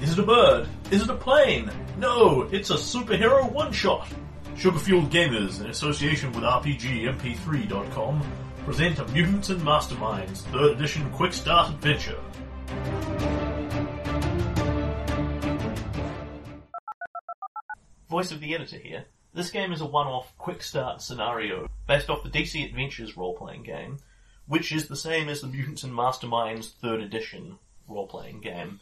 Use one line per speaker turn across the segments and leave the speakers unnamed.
Is it a bird? Is it a plane? No, it's a superhero one shot. Sugar Fueled Gamers, in association with RPGMP3.com, present a Mutants and Masterminds 3rd Edition Quick Start Adventure. Voice of the Editor here. This game is a one off quick start scenario based off the DC Adventures role playing game, which is the same as the Mutants and Masterminds 3rd Edition role playing game.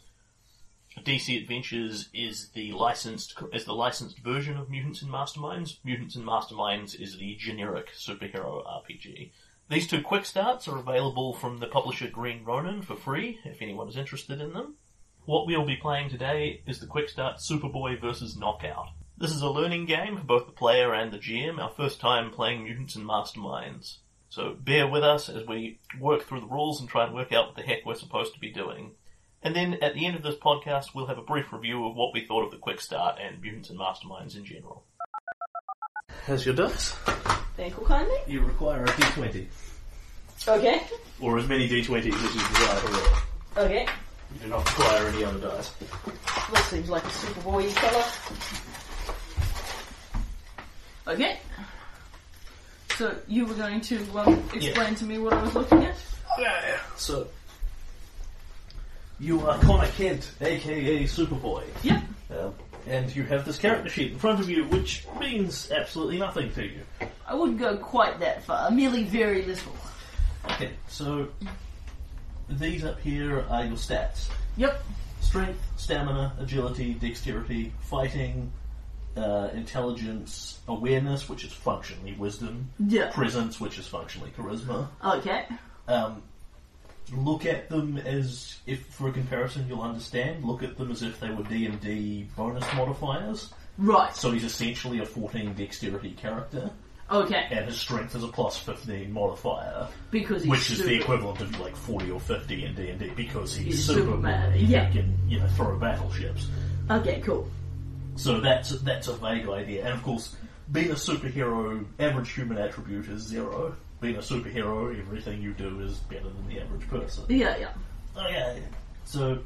DC Adventures is the licensed is the licensed version of Mutants and Masterminds. Mutants and Masterminds is the generic superhero RPG. These two quick starts are available from the publisher Green Ronin for free if anyone is interested in them. What we'll be playing today is the quick start Superboy vs Knockout. This is a learning game for both the player and the GM, our first time playing Mutants and Masterminds. So bear with us as we work through the rules and try and work out what the heck we're supposed to be doing. And then at the end of this podcast, we'll have a brief review of what we thought of the quick start and mutants and masterminds in general. How's your dice?
Thank you kindly.
You require a d20,
Okay.
Or as many d20s as you desire to roll.
Okay.
You do not require any other dice.
This seems like a Superboy fella. Okay. So you were going to um, explain to me what I was looking at?
Okay, so you are Connor Kent, aka Superboy,
Yep.
um, and you have this character sheet in front of you, which means absolutely nothing to you.
I wouldn't go quite that far. Merely very little.
Okay, so these up here are your stats.
Yep.
strength, stamina, agility, dexterity, fighting, uh, intelligence, awareness, which is functionally wisdom,
Yeah.
presence, which is functionally charisma.
Okay.
Um, look at them as if, for a comparison, you'll understand. Look at them as if they were D and D bonus modifiers.
Right.
So he's essentially a 14 dexterity character,
Okay.
and his strength is a plus 15 modifier,
Because he's
which is the
stupid.
equivalent of like 40 or 50 in D and D because he's,
He's
super.
Superman,
He
yeah.
can you know throw battleships.
Okay, cool.
So that's that's a vague idea. And of course, being a superhero, average human attribute is zero. Being a superhero, everything you do is better than the average person.
Yeah, yeah.
Okay, so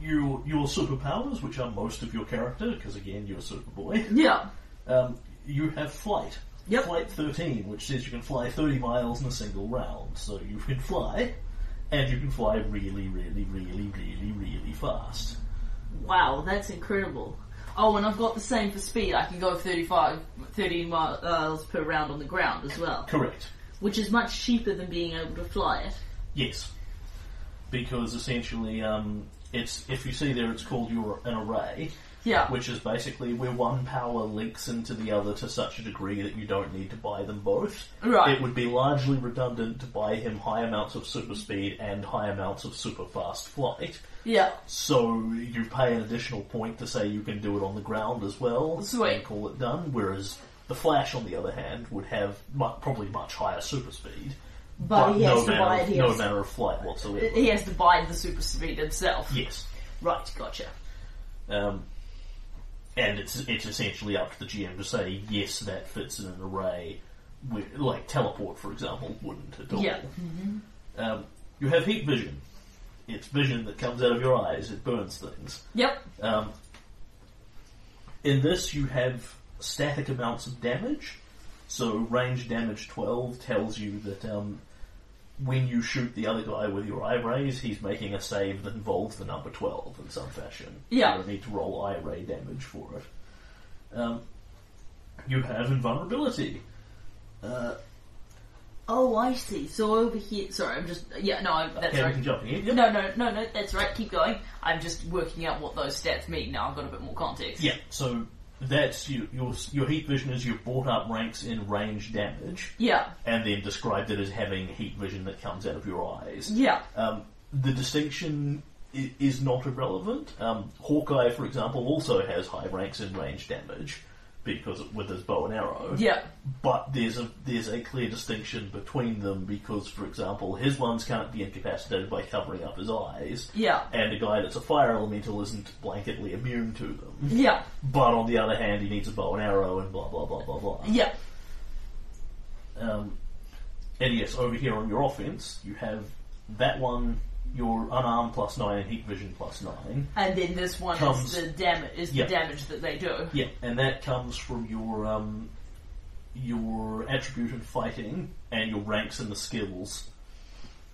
you, your superpowers, which are most of your character, because again you're Superboy,
Yeah.
um, you have flight.
Yep.
Flight 13, which says you can fly 30 miles in a single round. So you can fly, and you can fly really, really, really, really, really fast.
Wow, that's incredible. Oh, and I've got the same for speed. I can go 35, 30 miles per round on the ground as well.
Correct.
which is much cheaper than being able to fly it.
Yes, because essentially, um, it's if you see there, it's called your an array,
Yeah.
which is basically where one power links into the other to such a degree that you don't need to buy them both.
Right.
It would be largely redundant to buy him high amounts of super speed and high amounts of super fast flight.
yeah.
So you pay an additional point to say you can do it on the ground as well,
Sweet.
and call it done. Whereas the Flash, on the other hand, would have mu- probably much higher super speed.
But, he has
no,
to buy
manner
it.
of,
He,
no
has,
manner of flight whatsoever.
he has to buy the super speed himself.
Yes.
Right, gotcha.
Um, and it's it's essentially up to the GM to say yes, that fits in an array. Where, like teleport, for example, wouldn't at all.
Yeah.
Um, you have heat vision. It's vision that comes out of your eyes. It burns things.
Yep.
Um, in this, you have static amounts of damage. So range damage 12 tells you that um, when you shoot the other guy with your eye rays, he's making a save that involves the number 12 in some fashion.
Yeah.
You don't need to roll eye ray damage for it. Um, you have invulnerability.
Oh, I see. So over here. Sorry, I'm just. Yeah, no, I, that's
Okay, we
right.
can jump in. Yep.
No, no, no, no, that's right. Keep going. I'm just working out what those stats mean now. I've got a bit more context.
Yeah, so that's you, your, your heat vision is you've brought up ranks in range damage.
Yeah.
and then described it as having heat vision that comes out of your eyes.
Yeah.
Um, the distinction i- is not irrelevant. Um, Hawkeye, for example, also has high ranks in range damage because with his bow and arrow.
Yeah.
But there's a there's a clear distinction between them because, for example, his ones can't be incapacitated by covering up his eyes.
Yeah.
And a guy that's a fire elemental isn't blanketly immune to them.
Yeah.
But on the other hand, he needs a bow and arrow and blah blah blah blah blah.
Yeah.
Um, and yes, over here on your offense, you have that one your unarmed plus nine and heat vision plus nine.
And then this one
Comes-
is the damage is
Yeah.
the damage that they do.
Yeah, and that comes from your um, your attribute in fighting and your ranks and the skills.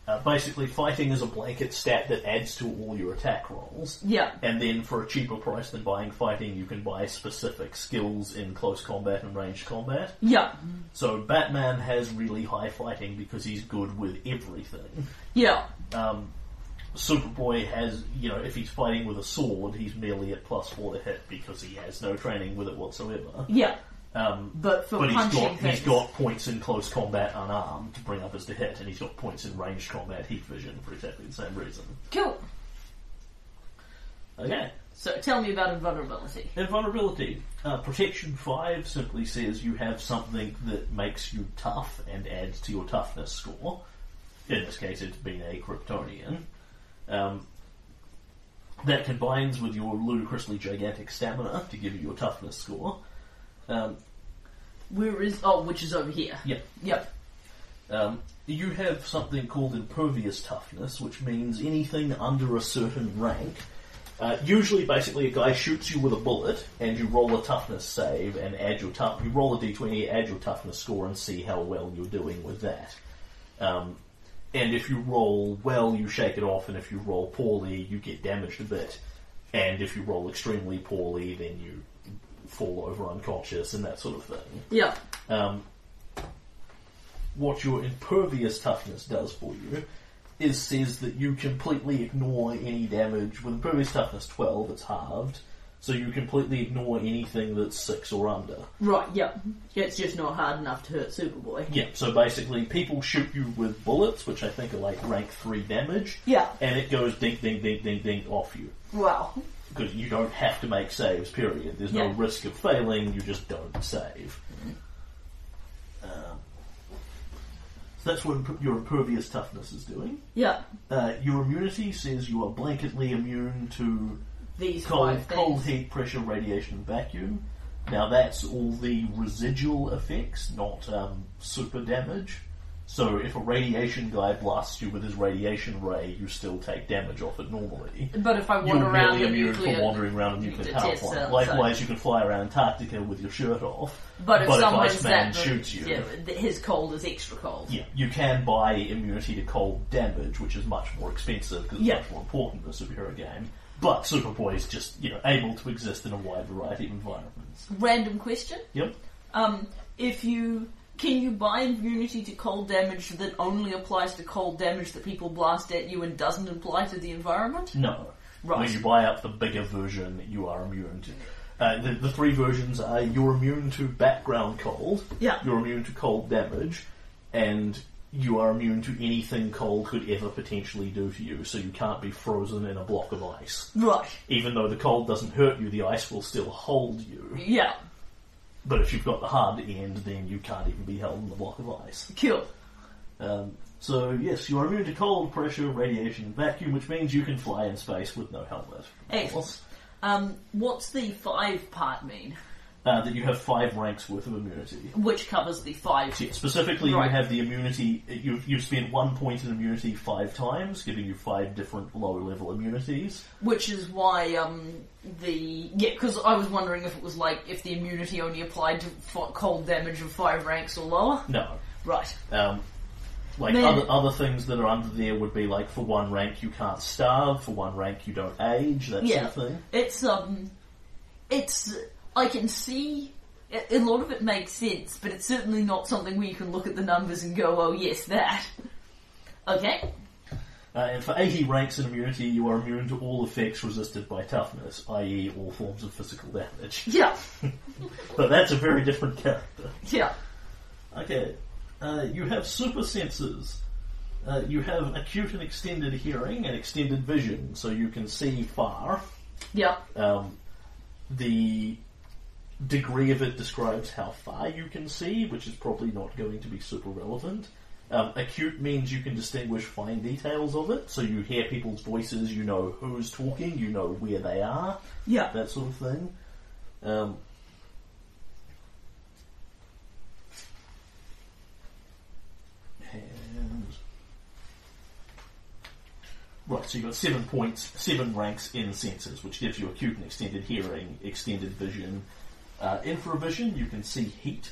Uh, basically, fighting is a blanket stat that adds to all your attack rolls.
Yeah.
And then for a cheaper price than buying fighting, you can buy specific skills in close combat and ranged combat.
Yeah.
So Batman has really high fighting because he's good with everything.
Yeah.
Um, Superboy has, you know, if he's fighting with a sword, he's merely at plus four to hit because he has no training with it whatsoever.
Yeah.
Um,
But for
but he's
punching
got
things.
he's got points in close combat unarmed to bring up as to hit, and he's got points in ranged combat heat vision for exactly the same reason.
Cool.
Okay.
So tell me about invulnerability.
Invulnerability. Uh, protection 5 simply says you have something that makes you tough and adds to your toughness score. In this case, it's been a Kryptonian. Um, that combines with your ludicrously gigantic stamina to give you your toughness score. Um,
Where is oh, which is over here.
yeah.
Yep.
Um, you have something called impervious toughness, which means anything under a certain rank. Uh, usually, basically, a guy shoots you with a bullet, and you roll a toughness save and add your tough. You roll a d20, add your toughness score, and see how well you're doing with that. Um, and if you roll well, you shake it off, and if you roll poorly, you get damaged a bit. And if you roll extremely poorly, then you fall over unconscious and that sort of thing
Yeah.
um, what your impervious toughness does for you is says that you completely ignore any damage. With impervious toughness 12, it's halved, so you completely ignore anything that's 6 or under.
Right. Yep. It's just not hard enough to hurt Superboy.
Yeah, so basically people shoot you with bullets, which I think are like rank 3 damage,
Yeah.
and it goes ding, ding, ding, ding, ding off you.
Wow.
Because you don't have to make saves, period. There's no
Yeah.
risk of failing, you just don't save.
Mm-hmm.
Um, so that's what imp- your impervious toughness is doing.
Yeah.
Uh, your immunity says you are blanketly immune to
These
cold,
five
cold
things.
heat, pressure, radiation, and vacuum. Now that's all the residual effects, not um, super damage. So if a radiation guy blasts you with his radiation ray, you still take damage off it normally
But if I wander
you're
around
really
the
immune
nuclear,
for wandering around a nuclear
nuclear
power
test
plant.
cell,
Likewise, you can fly around Antarctica with your shirt off.
but if someone's
Iceman
that,
shoots you,
yeah, th- his cold is extra cold.
yeah, you can buy immunity to cold damage, which is much more expensive because
Yeah.
it's much more important in a superhero game. But Superboy is just you know able to exist in a wide variety of environments.
Random question.
Yep.
Um, if you can you buy immunity to cold damage that only applies to cold damage that people blast at you and doesn't apply to the environment?
No.
Right.
When you buy up the bigger version, you are immune to. Uh, the, the three versions are you're immune to background cold,
Yeah.
you're immune to cold damage, and you are immune to anything cold could ever potentially do to you, so you can't be frozen in a block of ice.
Right.
Even though the cold doesn't hurt you, the ice will still hold you.
Yeah.
But if you've got the hard end, then you can't even be held in the block of ice.
Cool.
Um, so, yes, you're immune to cold, pressure, radiation, and vacuum, which means you can fly in space with no helmet. of
Excellent.
course.
Um, what's the five part mean?
uh, that you have five ranks worth of immunity.
Which covers the five.
Yeah, specifically,
Right.
you have the immunity. You've, you've spent one point in immunity five times, giving you five different low-level immunities.
Which is why um, the yeah, because I was wondering if it was like if the immunity only applied to fo- cold damage of five ranks or lower.
No,
Right.
um, like
Man.
other other things that are under there would be like for one rank you can't starve, for one rank you don't age, that sort
Yeah.
of thing.
It's um, it's I can see a- a lot of it makes sense, but it's certainly not something where you can look at the numbers and go, oh yes, that. Okay.
Uh, and for 80 ranks in immunity, you are immune to all effects resisted by toughness, i.e., all forms of physical damage.
Yeah.
But that's a very different character.
Yeah.
Okay. Uh, you have super senses. Uh, you have acute and extended hearing and extended vision, so you can see far.
Yeah.
Um, the degree of it describes how far you can see, which is probably not going to be super relevant. Um, acute means you can distinguish fine details of it, so you hear people's voices, you know who's talking, you know where they are
Yeah.
that sort of thing. Um, and Right, so you've got seven points, seven ranks in senses, which gives you acute and extended hearing, extended vision. Uh, infravision, you can see heat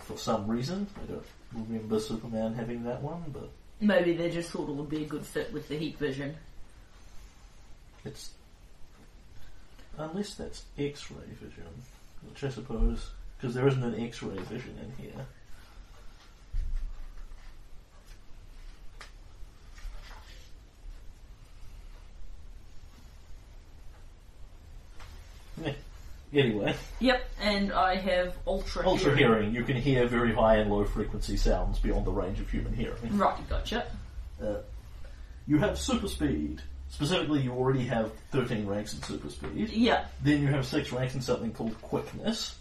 for some reason. I don't remember Superman having that one, but
Maybe they just thought it would be a good fit with the heat vision.
it's. Unless that's X ray vision, which I suppose. Because there isn't an X ray vision in here. Yeah. Anyway.
Yep, and I have ultra,
Ultra hearing, you can hear very high and low frequency sounds beyond the range of human hearing.
Right, gotcha.
Uh, you have super speed. Specifically, you already have 13 ranks in super speed.
Yeah,
Then you have 6 ranks in something called quickness,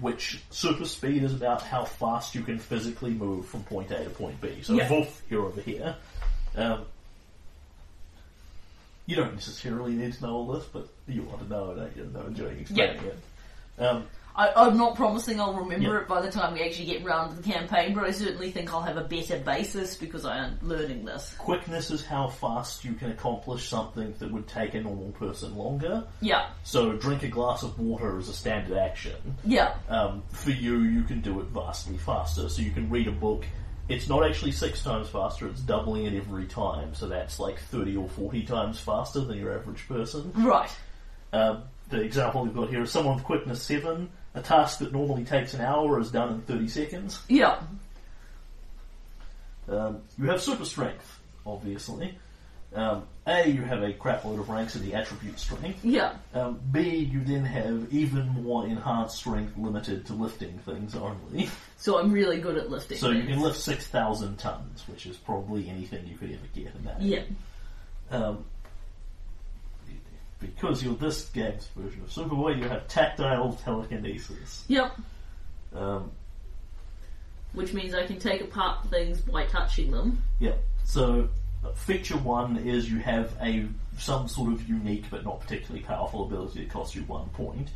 which super speed is about how fast you can physically move from point A to point B. So,
Yeah.
woof, you're over here. Um, you don't necessarily need to know all this, but you want to know it, don't you? And I'm enjoying explaining it. Um,
I, I'm not promising I'll remember
Yeah.
it by the time we actually get round to the campaign, but I certainly think I'll have a better basis because I am learning this.
Quickness is how fast you can accomplish something that would take a normal person longer.
Yeah,
So, drink a glass of water is a standard action.
yeah,
Um, for you, you can do it vastly faster. So, you can read a book. It's not actually six times faster, it's doubling it every time. So, that's like 30 or 40 times faster than your average person.
right.
Um, the example we've got here is someone with quickness 7. A task that normally takes an hour is done in 30 seconds.
Yeah,
Um, you have super strength, obviously. Um, a, you have a crap load of ranks in the attribute strength.
yeah,
Um, B, you then have even more enhanced strength limited to lifting things only.
so I'm really good at lifting.
So you
things.
can lift 6,000 tons, which is probably anything you could ever get in that.
Yeah,
Um, because you're this game's version of Superboy, you have tactile telekinesis.
yep.
Um,
Which means I can take apart things by touching them.
Yeah. So uh, feature one is you have a some sort of unique but not particularly powerful ability that costs you one point.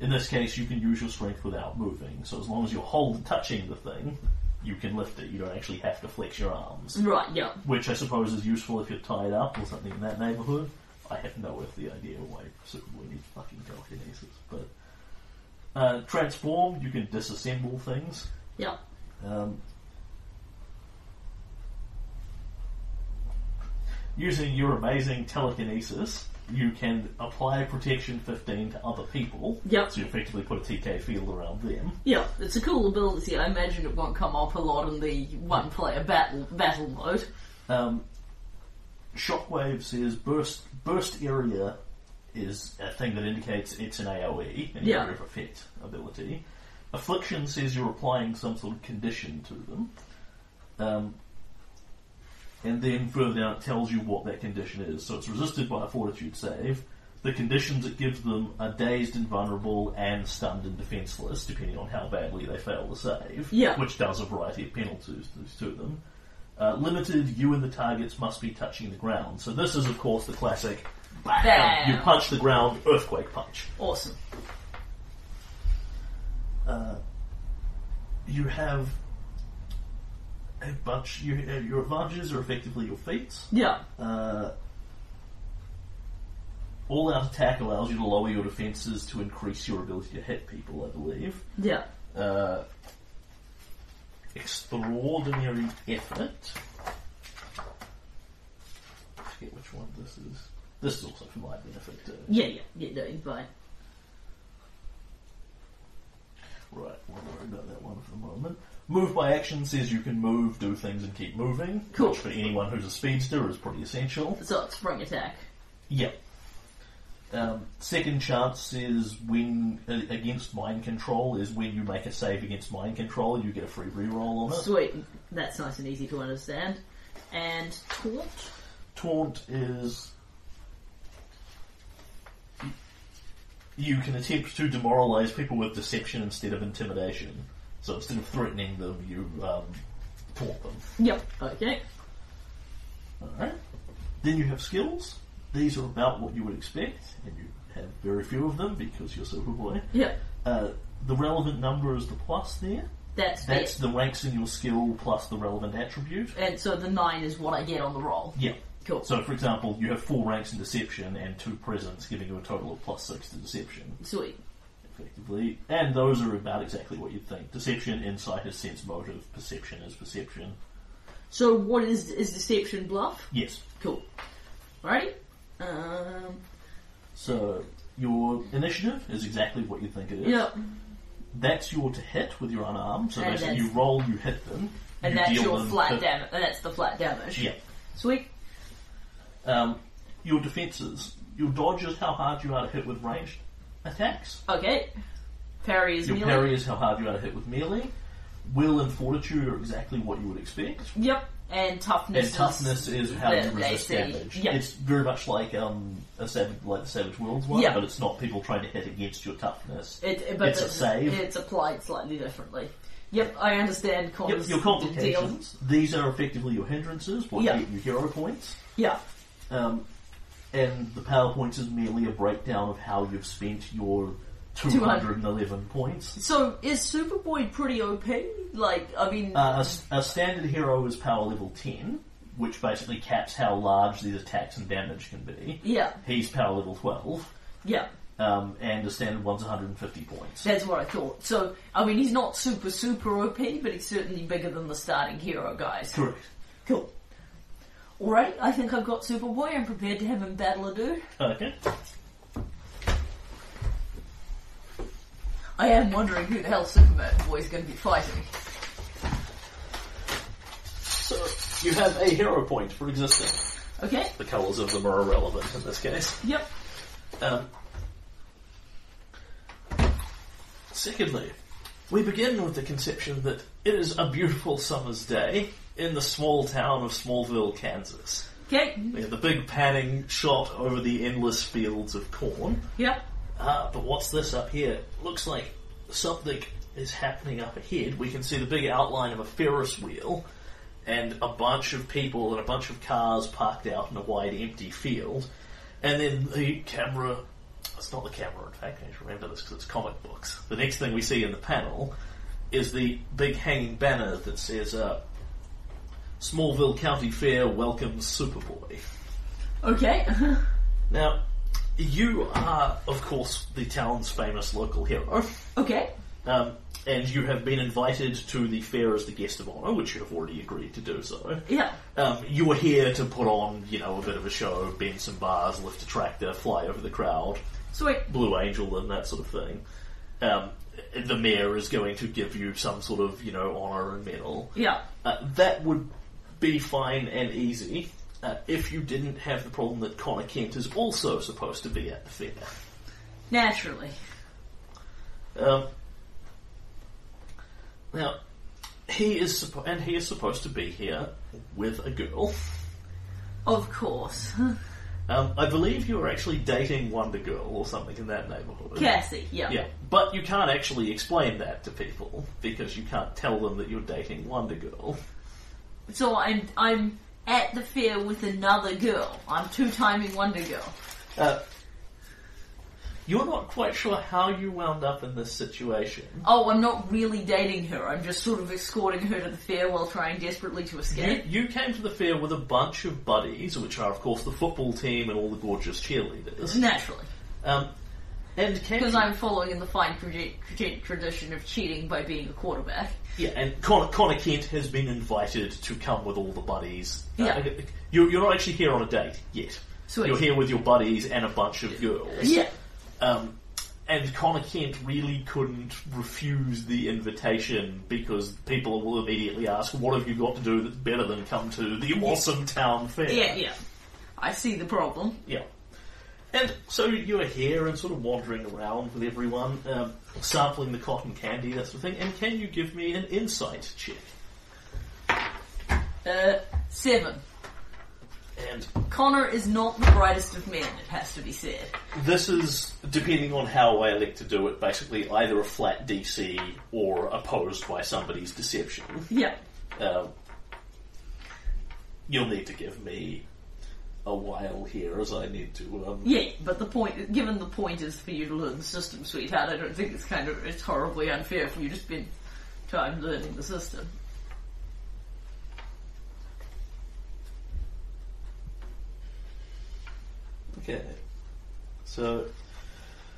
In this case, you can use your strength without moving. So as long as you hold touching the thing, you can lift it. You don't actually have to flex your arms,
Right, yeah.
which I suppose is useful if you're tied up or something in that neighbourhood. I have no earthly idea why Superboy needs fucking telekinesis, but. Uh, transform, you can disassemble things.
Yeah.
Um, using your amazing telekinesis, you can apply protection 15 to other people.
Yep.
So you effectively put a TK field around them.
Yeah, it's a cool ability. I imagine it won't come up a lot in the one player battle battle mode.
Um, Shockwave says burst burst area is a thing that indicates it's an AOE, an
Yeah.
area of effect ability. Affliction says you're applying some sort of condition to them. Um, and then further down it tells you what that condition is. So it's resisted by a fortitude save. The conditions it gives them are dazed and vulnerable and stunned and defenseless, depending on how badly they fail the save,
Yeah.
which does a variety of penalties to to them. Uh, limited, you and the targets must be touching the ground. So this is, of course, the classic bam,
Bam.
you punch the ground, earthquake punch.
Awesome.
You have a bunch. You, uh, your advantages are effectively your feats.
Yeah.
Uh, all out attack allows you to lower your defenses to increase your ability to hit people. I believe.
Yeah.
uh, extraordinary effort. I forget which one this is. This is also for my benefit. uh, Too.
Yeah, yeah, yeah, no, it's fine.
Right, we'll worry about that one for the moment. Move by action says you can move, do things, and keep moving.
Cool.
Which for anyone who's a speedster is pretty essential.
So it's spring attack.
Yep. Um, second chance is when uh, against mind control is when you make a save against mind control, you get a free reroll on it.
Sweet. That's nice and easy to understand. And taunt.
taunt is you can attempt to demoralize people with deception instead of intimidation. So instead of threatening them, you um, taunt them.
Yep. Okay.
Alright. Then you have skills. These are about what you would expect, and you have very few of them because you're Superboy.
Yep.
Uh, the relevant number is the plus there.
That's,
That's
it.
the ranks in your skill plus the relevant attribute.
And so the nine is what I get on the roll.
Yeah.
Cool.
So, for example, you have four ranks in deception and two presence, giving you a total of plus six to deception,
Sweet.
effectively. And those are about exactly what you'd think. Deception, insight is sense motive, perception is perception.
So what is is deception bluff?
Yes.
Cool. Alrighty. Um,
So, your initiative is exactly what you think it is.
yep.
That's your to hit with your unarmed, so
And
basically you
that's-
roll, you hit them.
And
you
that's
deal
your
them
flat
fif-
damage. That's the flat damage.
Yeah.
Sweet.
Um, your defences. Your dodge is how hard you are to hit with ranged attacks.
Okay. Parry is
Your
melee.
parry is how hard you are to hit with melee. Will and fortitude are exactly what you would expect.
Yep. And toughness.
And toughness is how
the
you resist
AC.
damage.
Yeah.
It's very much like um, a savage, like the Savage Worlds one,
Yeah.
but it's not people trying to hit against your toughness.
It, it- but
it's a save.
It's applied slightly differently. Yep, I understand.
Yep,
Cons
your
deal.
complications. These are effectively your hindrances, what
Yeah.
get you hero points.
Yeah.
Um, and the PowerPoint is merely a breakdown of how you've spent your 211 points.
So is Superboy pretty OP? Like, I mean,
Uh, a s- a, standard hero is power level 10, which basically caps how large these attacks and damage can be.
yeah,
He's power level 12,
yeah.
um, and a standard one's 150 points.
That's what I thought. So, I mean, he's not super, super OP, but he's certainly bigger than the starting hero guys.
Correct.
Cool. Alright, I think I've got Superboy. I'm prepared to have him battle a dude.
Okay.
I am wondering who the hell Superman Boy's going to be fighting.
So, you have a hero point for existing.
Okay,
The colours of them are irrelevant in this case.
yep.
Um, secondly, we begin with the conception that it is a beautiful summer's day in the small town of Smallville, Kansas.
Okay,
We have the big panning shot over the endless fields of corn.
yep.
Ah, but what's this up here? Looks like something is happening up ahead. We can see the big outline of a Ferris wheel and a bunch of people and a bunch of cars parked out in a wide empty field. And then the camera. It's not the camera, in fact, I need to remember this because it's comic books. The next thing we see in the panel is the big hanging banner that says, uh, Smallville County Fair welcomes Superboy.
Okay.
Now, you are, of course, the town's famous local hero,
okay.
um, and you have been invited to the fair as the guest of honour, which you have already agreed to do so.
Yeah.
Um, you were here to put on, you know, a bit of a show, bend some bars, lift a tractor, fly over the crowd,
Sweet.
Blue Angel, and that sort of thing. Um, the mayor is going to give you some sort of, you know, honour and medal.
Yeah.
Uh, that would be fine and easy uh, if you didn't have the problem that Connor Kent is also supposed to be at the fair.
Naturally.
Um, now, he is suppo- and he is supposed to be here with a girl.
Of course.
Um, I believe you are actually dating Wonder Girl or something in that neighborhood.
Cassie, yeah.
Yeah, but you can't actually explain that to people because you can't tell them that you're dating Wonder Girl.
So I'm I'm at the fair with another girl. I'm two timing Wonder Girl.
Uh, you're not quite sure how you wound up in this situation.
Oh, I'm not really dating her. I'm just sort of escorting her to the fair while trying desperately to
You,
escape.
you came to the fair with a bunch of buddies, which are, of course, the football team and all the gorgeous cheerleaders.
Naturally,
Um, and came
because I'm following in the fine tradi- tradi- tradition of cheating by being a quarterback.
yeah, and Connor, Connor Kent has been invited to come with all the buddies. Uh,
Yeah.
you're, you're not actually here on a date yet.
Sweet.
You're here with your buddies and a bunch of girls.
Yeah,
Um, and Connor Kent really couldn't refuse the invitation because people will immediately ask, "What have you got to do that's better than come to the awesome town fair?"
yeah, yeah. I see the problem.
Yeah. And so you are here and sort of wandering around with everyone, um, sampling the cotton candy, that sort of thing. And can you give me an insight check?
Uh, seven.
And
Connor is not the brightest of men. It has to be said.
this is, depending on how I elect to do it, basically either a flat DC or opposed by somebody's deception.
Yeah.
Um, you'll need to give me a while here as I need to. Um,
Yeah, but the point, given the point is for you to learn the system, sweetheart, I don't think it's kind of, it's horribly unfair for you to spend time learning the system.
Okay. So,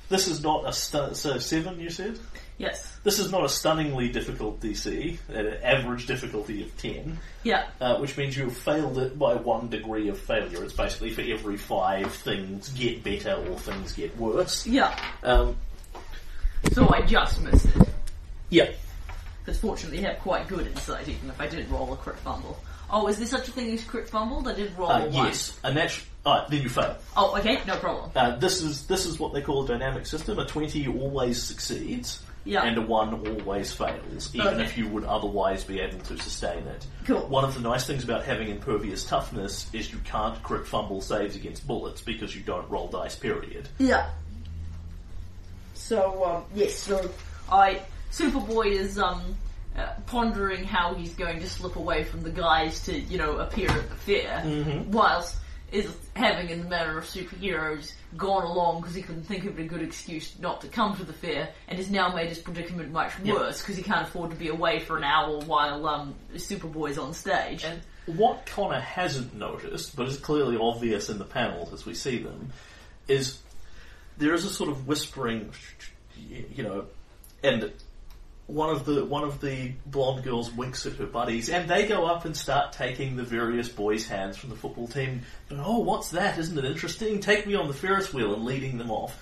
this is not a stu- so seven. You said
Yes.
this is not a stunningly difficult DC at an average difficulty of ten,
Yeah.
uh, which means you've failed it by one degree of failure. It's basically for every five things get better or things get worse.
Yeah.
Um,
So I just missed it.
yeah.
Because fortunately I have quite good insight even if I did roll a crit fumble. Oh, is there such a thing as crit fumbled? I did roll
Uh,
one.
yes. A natu- uh, then you fail.
Oh, okay, no problem.
Uh, this is this is what they call a dynamic system. A twenty always succeeds,
Yeah.
and a one always fails, even
Okay.
if you would otherwise be able to sustain it.
Cool.
One of the nice things about having impervious toughness is you can't crit fumble saves against bullets because you don't roll dice. Period.
Yeah. So um, yes, so I Superboy is um uh, pondering how he's going to slip away from the guys to you know appear at the fair, whilst is having in the manner of superheroes gone along because he couldn't think of a good excuse not to come to the fair, and has now made his predicament much
Yeah.
worse because he can't afford to be away for an hour while um Superboy's on stage.
And what Connor hasn't noticed, but is clearly obvious in the panels as we see them, is there is a sort of whispering, you know, and one of the one of the blonde girls winks at her buddies, and they go up and start taking the various boys' hands from the football team. And, oh, what's that? Isn't it interesting? Take me on the Ferris wheel and leading them off.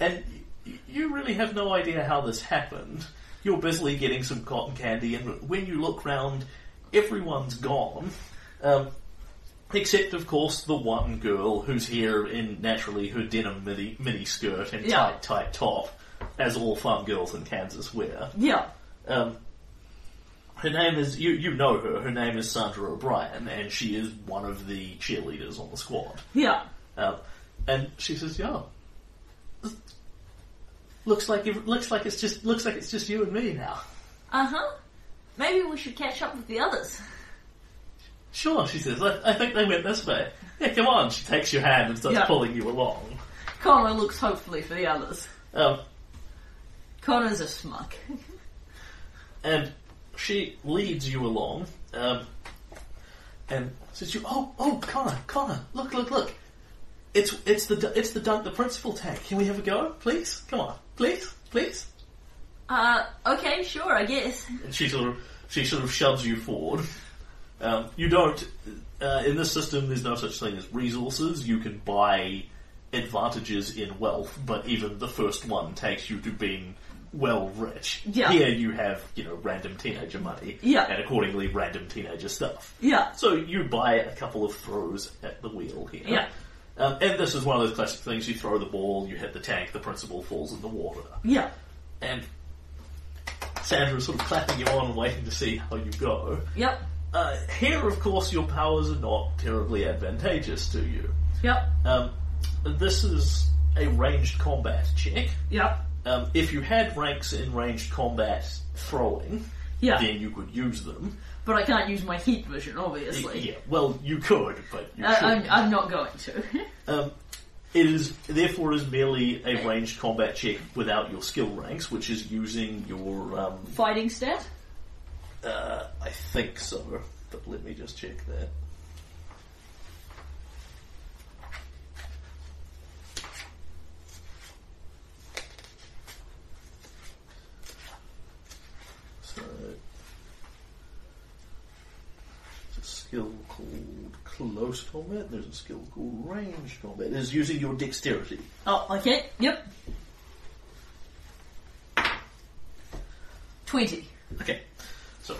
And y- you really have no idea how this happened. You're busily getting some cotton candy, and when you look round, everyone's gone. Um, Except, of course, the one girl who's here in naturally her denim mini, mini skirt and
Yeah.
tight, tight top, as all farm girls in Kansas wear.
yeah,
Um, her name is you. You know her. Her name is Sandra O'Brien, and she is one of the cheerleaders on the squad.
yeah,
Um, and she says, "Yeah, looks like it, looks like it's just looks like it's just you and me now."
uh huh. Maybe we should catch up with the others.
Sure, she says. I, I think they went this way. Yeah, come on. She takes your hand and starts
Yeah.
pulling you along.
Connor looks hopefully for the others.
Um,
Connor's a smug.
and she leads you along, um, and says, "You, oh, oh, Connor, Connor, look, look, look! It's it's the du- it's the dunk the principal tank. Can we have a go, please? Come on, please, please."
Uh, okay, sure, I guess.
And she sort of she sort of shoves you forward. Um, you don't uh, in this system. There's no such thing as resources. You can buy advantages in wealth, but even the first one takes you to being well rich.
Yeah.
Here you have you know random teenager money.
Yeah.
And accordingly, random teenager stuff.
Yeah,
So you buy a couple of throws at the wheel here.
Yeah.
Um, and this is one of those classic things. You throw the ball, you hit the tank, the principal falls in the water
yeah,
and Sandra's Um, sort of clapping you on, waiting to see how you go.
yep,
Uh, here, of course, your powers are not terribly advantageous to you.
yep,
Um, this is a ranged combat check.
yep,
Um, if you had ranks in ranged combat throwing,
yeah.
then you could use them.
But I can't use my heat vision, obviously.
Yeah, well, you could, but you
I, I'm,
shouldn't.
Uh, I'm not going to.
Um, it is therefore is merely a ranged combat check without your skill ranks, which is using your um,
Fighting stat?
Uh, I think so, but let me just check that. So, it's a skill called close combat. There's a skill called range combat. It is using your dexterity.
Oh, okay, yep. 20.
Okay, so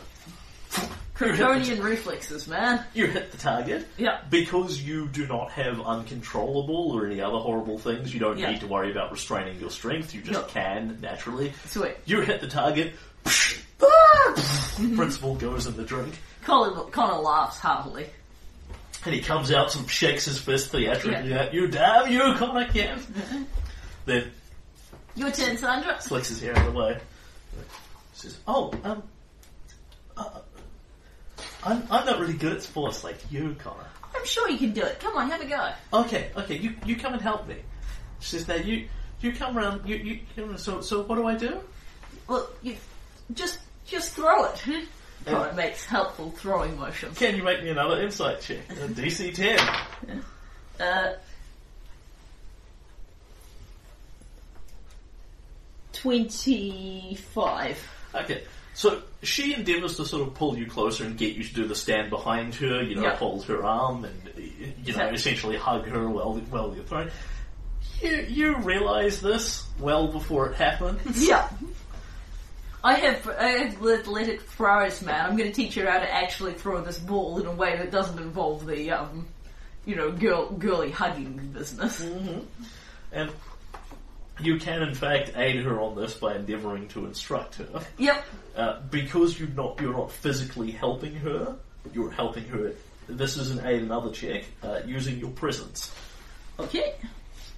Kryptonian reflexes, man.
you hit the target.
Yeah.
Because you do not have uncontrollable or any other horrible things, you don't
Yeah.
need to worry about restraining your strength. You just
No.
can naturally.
Sweet.
You hit the target. Principal goes in the drink,
Colin, Connor laughs heartily.
and he comes out and shakes his fist theatrically
Yeah. Mm-hmm.
at you. Damn you, Connor Camp! then
Your turn, Sandra.
flicks his hair out of the way. Says, "Oh, um, uh, I'm I'm not really good at sports like you, Connor."
I'm sure you can do it. Come on, have a go.
Okay, okay, you, you come and help me. She says, now you you come round. You you come. So so what do I do?
Well, you just just Hmm? throw it. Connor makes helpful throwing motions.
Can you make me another insight check? A DC ten.
Uh, Twenty-five.
Okay. So she endeavours to sort of pull you closer and get you to do the stand behind her, you know,
Yeah.
hold her arm and, uh, you know,
Exactly.
essentially hug her while, while you're thrown. You, you realise this well before it happens.
Yeah. I have, I have let, let it fries, man. I'm going to teach her how to actually throw this ball in a way that doesn't involve the, um, you know, girl, girly hugging business.
And you can, in fact, aid her on this by endeavouring to instruct her.
Yep.
Uh, because you're not you're not physically helping her, you're helping her. This is an aid another check uh, using your presence.
Okay.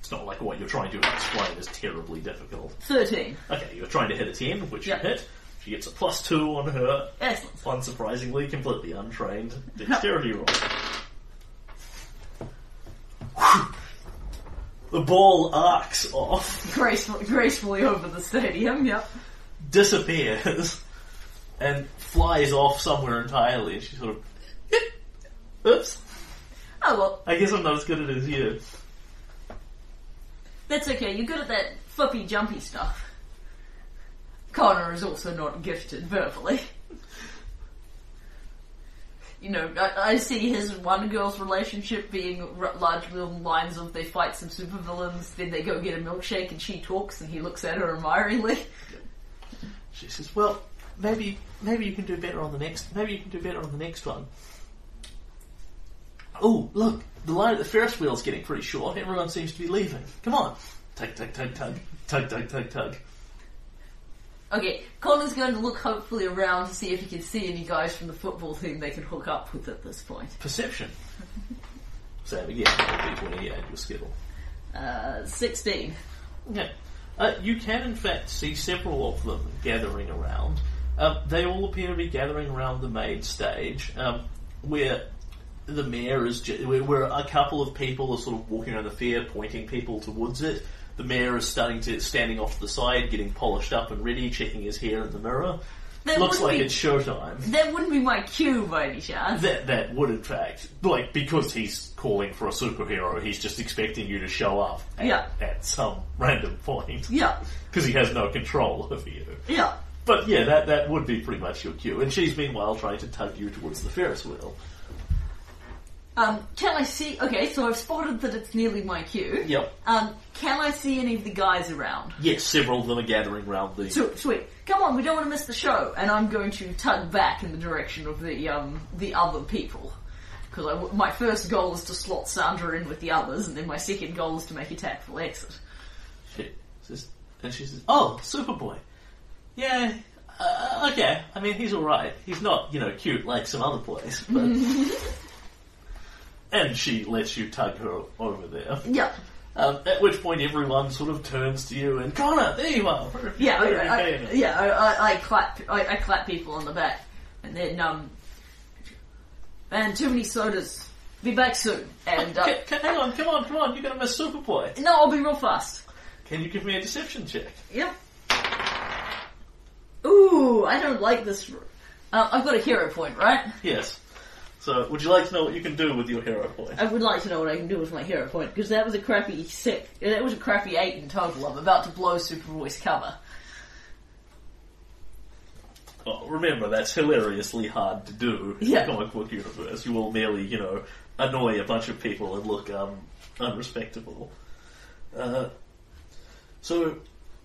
It's not like what you're trying to explain is terribly difficult.
Thirteen.
Okay, you're trying to hit a ten, which
Yeah.
you hit. She gets a plus two on her,
Excellent.
unsurprisingly, completely untrained dexterity roll. The ball arcs off.
Graceful, gracefully over the stadium. Yep.
disappears and flies off somewhere entirely. She sort of, oops.
Oh well,
I guess I'm not as good at it as you.
that's okay. You're good at that flippy, jumpy stuff. Connor is also not gifted verbally. You know, I, I see his one girl's relationship being r- largely on the lines of they fight some supervillains, then they go get a milkshake, and she talks, and he looks at her admiringly.
She says, "Well, maybe, maybe you can do better on the next. Maybe you can do better on the next one." Oh, look! The line at the Ferris wheel's getting pretty short. Everyone seems to be leaving. Come on, tug, tug, tug, tug, tug, tug, tug, tug.
Okay, Connor's going to look hopefully around to see if he can see any guys from the football team they can hook up with at this point.
Perception. Same again. D28, your skill.
Uh, 16.
Okay. Uh, you can, in fact, see several of them gathering around. Um, they all appear to be gathering around the main stage, um, where the mayor is, ju- where, where a couple of people are sort of walking around the fair, pointing people towards it. The mayor is starting to standing off to the side, getting polished up and ready, checking his hair in the mirror.
That
Looks
would
like
be-
it's showtime.
That wouldn't be my cue by any chance.
That that would, in fact, like because he's calling for a superhero, he's just expecting you to show up at,
Yeah.
at some random point.
Yeah,
because he has no control over you.
yeah.
But yeah, that that would be pretty much your cue. And she's meanwhile trying to tug you towards the Ferris wheel.
Um, can I see? Okay, so I've spotted that it's nearly my cue.
Yep.
Um, can I see any of the guys around?
Yes, several of them are gathering round the.
Sweet, sweet. Come on, we don't want to miss the show. And I'm going to tug back in the direction of the um the other people. Because my first goal is to slot Sandra in with the others, and then my second goal is to make a tactful exit.
She says- and she says, "Oh, Superboy. Yeah, uh, okay. I mean, he's all right. He's not, you know, cute like some other boys." But and she lets you tug her over there.
Yeah,
Um, at which point, everyone sort of turns to you and Connor, there you are. Where have you-
yeah,
where
I,
have you been?"
I, Oh, yeah. I, I, I clap, I, I clap people on the back, and then um, man, too many sodas. Be back soon. And uh,
Ca- ca- hang on, come on, come on! You're gonna miss Superboy.
no, I'll be real fast.
Can you give me a deception check?
Yep. Ooh, I don't like this. r- Uh, I've got a hero point, right?
Yes. So, would you like to know what you can do with your hero point?
I would like to know what I can do with my hero point because that was a crappy six. That was a crappy eight in total. I'm about to blow Superboy's cover.
Well, remember, that's hilariously hard to do in
Yeah.
the comic book universe. You will merely, you know, annoy a bunch of people and look um, unrespectable. Uh, so,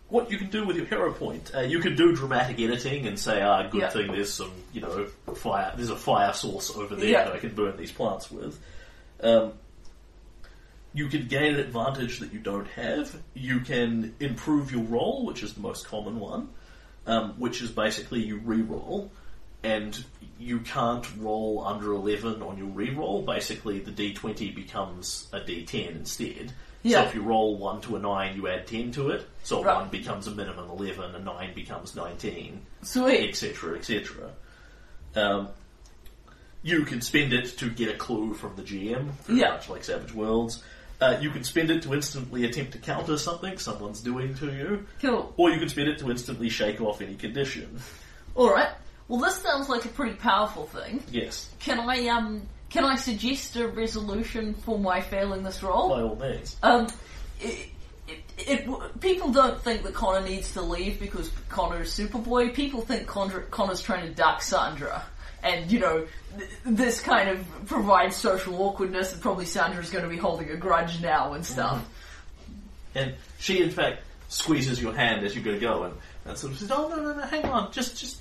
what you can do with your hero point, uh, you can do dramatic editing and say, ah, good
Yeah.
thing there's some, you know, fire, there's a fire source over there
Yeah.
that I can burn these plants with. Um, you can gain an advantage that you don't have. You can improve your roll, which is the most common one, um, which is basically you re-roll, and you can't roll under 11 on your re-roll. Basically, the d20 becomes a d10 instead.
Yeah.
So if you roll 1 to a 9, you add 10 to it. So a
Right.
1 becomes a minimum 11, a 9 becomes 19
Sweet.
etc., etc. Um, you can spend it to get a clue from the GM, very
Yeah.
much like Savage Worlds. Uh, you can spend it to instantly attempt to counter something someone's doing to you,
Cool.
or you can spend it to instantly shake off any condition.
All right. Well, this sounds like a pretty powerful thing.
Yes,
Can I um? Can I suggest a resolution for my failing this role?
by all means.
Um, i- it, it, w- people don't think that Connor needs to leave because Connor is Superboy. People think Connor, Connor's trying to duck Sandra. And, you know, th- this kind of provides social awkwardness and probably Sandra's going to be holding a grudge now and stuff.
And she, in fact, squeezes your hand as you go go, and, and sort of says, "Oh no, no, no, hang on, just, just,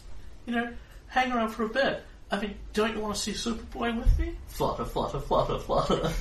you know, hang around for a bit. I mean, don't you want to see Superboy with me? Flutter, flutter, flutter, flutter."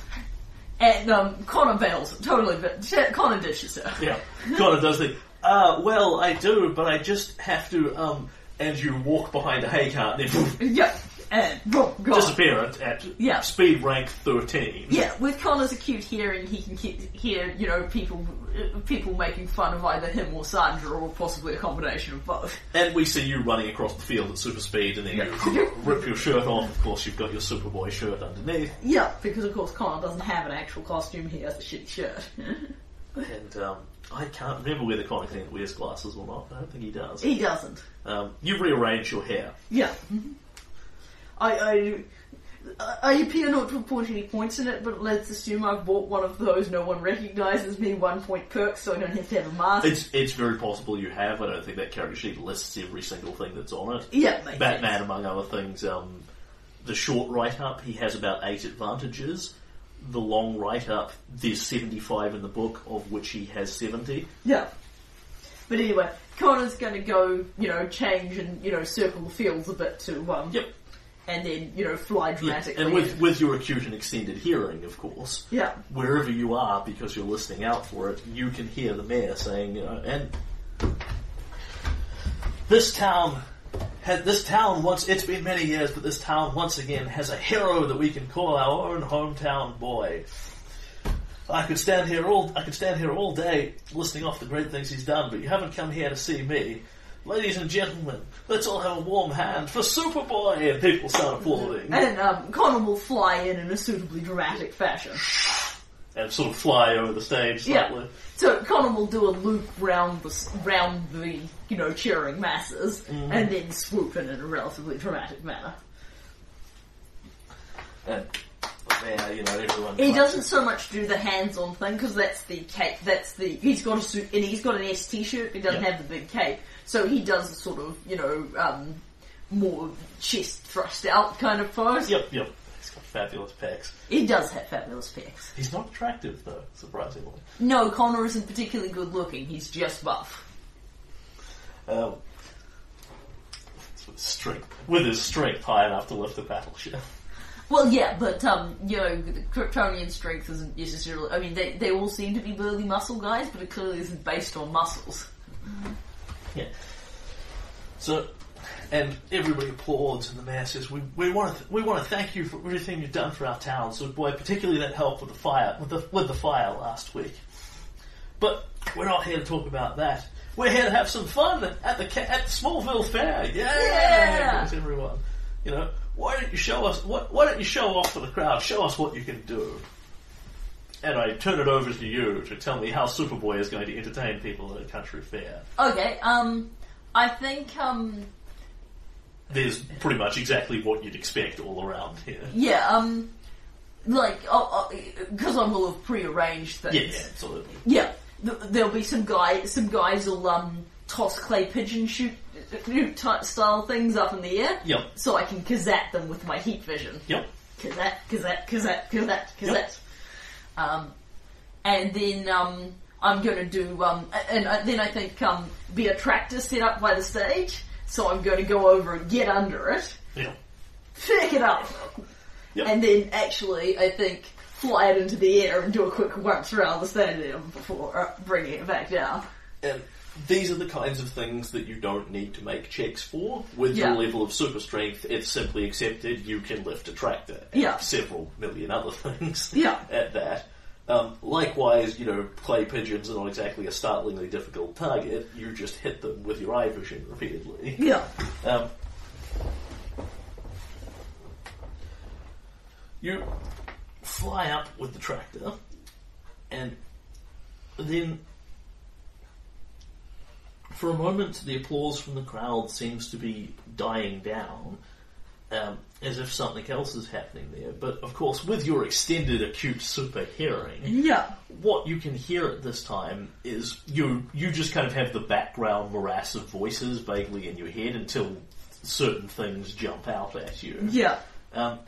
And um, Connor bails, totally, but sh- Connor ditches her.
yeah, Connor does the. Uh, well, I do, but I just have to. Um, and you walk behind a hay cart and then
Yep, and boom, gone.
disappear at, at
Yeah.
speed rank thirteen.
Yeah, with Connor's acute hearing, he can ke- hear, you know, people uh, people making fun of either him or Sandra, or possibly a combination of both.
And we see you running across the field at super speed, and then you rip your shirt off. Of course, you've got your Superboy shirt underneath,
Yeah, because of course Connor doesn't have an actual costume; he has a shitty shirt.
and um, I can't remember whether Connor Clean wears glasses or not. I don't think he does.
he doesn't.
Um, you rearrange your hair.
Yeah, I I I appear not to have put any points in it, but let's assume I've bought one of those no one recognizes me one point perks, so I don't have to have a mask.
It's it's very possible you have. I don't think that character sheet lists every single thing that's on it.
yeah, makes
Batman,
sense.
among other things, um, the short write up he has about eight advantages. The long write up there's seventy five in the book, of which he has seventy.
Yeah. But anyway, Connor's going to go, you know, change and you know circle the fields a bit to um,
Yep.
and then you know fly
Yeah,
dramatically.
and with, with your acute and extended hearing, of course.
Yeah.
Wherever you are, because you're listening out for it, you can hear the mayor saying, you know, and this town has this town once it's been many years, but this town once again has a hero that we can call our own hometown boy. I could stand here all I could stand here all day listing off the great things he's done, but you haven't come here to see me. Ladies and gentlemen, let's all have a warm hand for Superboy! And people start applauding.
and um, Connor will fly in in a suitably dramatic fashion.
and sort of fly over the stage slightly.
Yeah. So Connor will do a loop round the s- round the you know cheering masses and then swoop in in a relatively dramatic manner.
And there, Uh, you know, everyone.
He doesn't so much do the hands-on thing because that's the cape. That's the he's got a suit and he's got an ST shirt. He doesn't
Yeah.
have the big cape, so he does a sort of you know um, more chest thrust out kind of pose.
Yep, yep. He's got fabulous pecs.
He does have fabulous pecs.
He's not attractive though, surprisingly.
No, Connor isn't particularly good looking. He's just buff.
Um, with strength, with his strength high enough to lift the battleship.
Well, yeah, but um, you know, the Kryptonian strength isn't necessarily. I mean, they they all seem to be burly muscle guys, but it clearly isn't based on muscles.
Yeah. So, and everybody applauds, and the mayor says, "We, we want to th- we want to thank you for everything you've done for our town, so boy, particularly that help with the fire with the with the fire last week." But we're not here to talk about that. We're here to have some fun at the ca- at the Smallville Fair. Yeah,
Yeah.
Goes everyone. You know, why don't you show us? What, why don't you show off for the crowd? Show us what you can do. And I turn it over to you to tell me how Superboy is going to entertain people at a country fair.
Okay, um, I think um,
there's pretty much exactly what you'd expect all around here.
Yeah, um, like, oh, because I will have prearranged things.
Yeah, yeah, absolutely.
Yeah, th- there'll be some guy, some guys will um toss clay pigeon shoot shoot ty- style things up in the air.
Yep.
So I can kazat them with my heat vision.
Yep.
Kazat, kazat, kazat, kazat, kazat. Um, and then um, I'm gonna do um, a- and uh, then I think um, be a tractor set up by the stage. So I'm gonna go over and get under it,
Yep.
pick it up,
Yep.
and then actually, I think, fly it into the air and do a quick once around the stadium before uh, bringing it back down.
And these are the kinds of things that you don't need to make checks for. With
Yeah.
your level of super strength, it's simply accepted you can lift a tractor. and
Yeah.
Several million other things
Yeah.
at that. Um, likewise, you know, clay pigeons are not exactly a startlingly difficult target. You just hit them with your eye vision repeatedly.
Yeah.
Um, you fly up with the tractor, and then for a moment the applause from the crowd seems to be dying down, um, as if something else is happening there. But of course, with your extended acute super hearing,
Yeah.
what you can hear at this time is you you just kind of have the background morass of voices vaguely in your head until certain things jump out at you.
Yeah.
Um,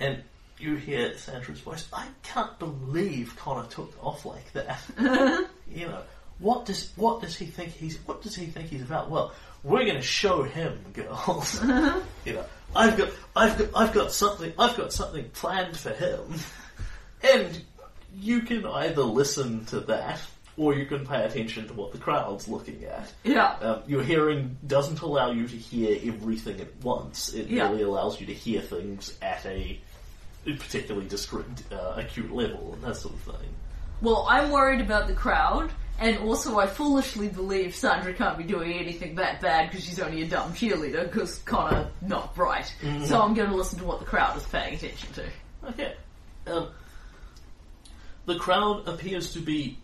and you hear Sandra's voice. I can't believe Connor took off like that. you know, what does what does he think he's what does he think he's about? Well, we're going to show him, girls. you know, I've got I've got I've got something I've got something planned for him, and you can either listen to that or you can pay attention to what the crowd's looking at.
Yeah.
Um, your hearing doesn't allow you to hear everything at once. It
Yeah.
really allows you to hear things at a particularly discrete, uh, acute level and that sort of thing.
Well, I'm worried about the crowd, and also I foolishly believe Sandra can't be doing anything that bad because she's only a dumb cheerleader because Connor not bright.
Mm-hmm.
So I'm going to listen to what the crowd is paying attention to.
Okay. Um, the crowd appears to be.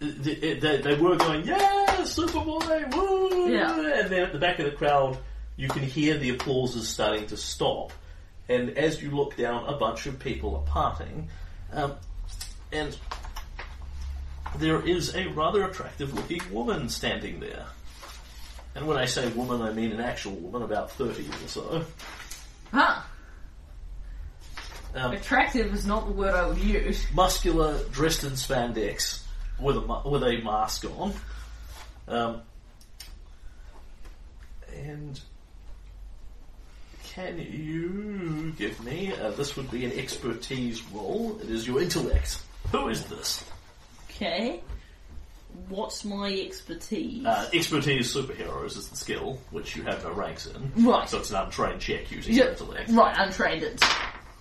They, they, they were going, yeah, Superboy, woo!
Yeah.
And then at the back of the crowd, you can hear the applause is starting to stop. And as you look down, a bunch of people are parting. Um, and there is a rather attractive looking woman standing there. And when I say woman, I mean an actual woman, about 30 or so.
Huh?
Um,
Attractive is not the word I would use.
muscular, dressed in spandex, with a mu- with a mask on, um, and can you give me? Uh, this would be an expertise roll. It is your intellect. Who is this?
Okay. What's my expertise?
Uh, expertise superheroes is the skill which you have no ranks in,
Right.
So it's an untrained check using
Yeah,
your intellect.
right, I'm trained at.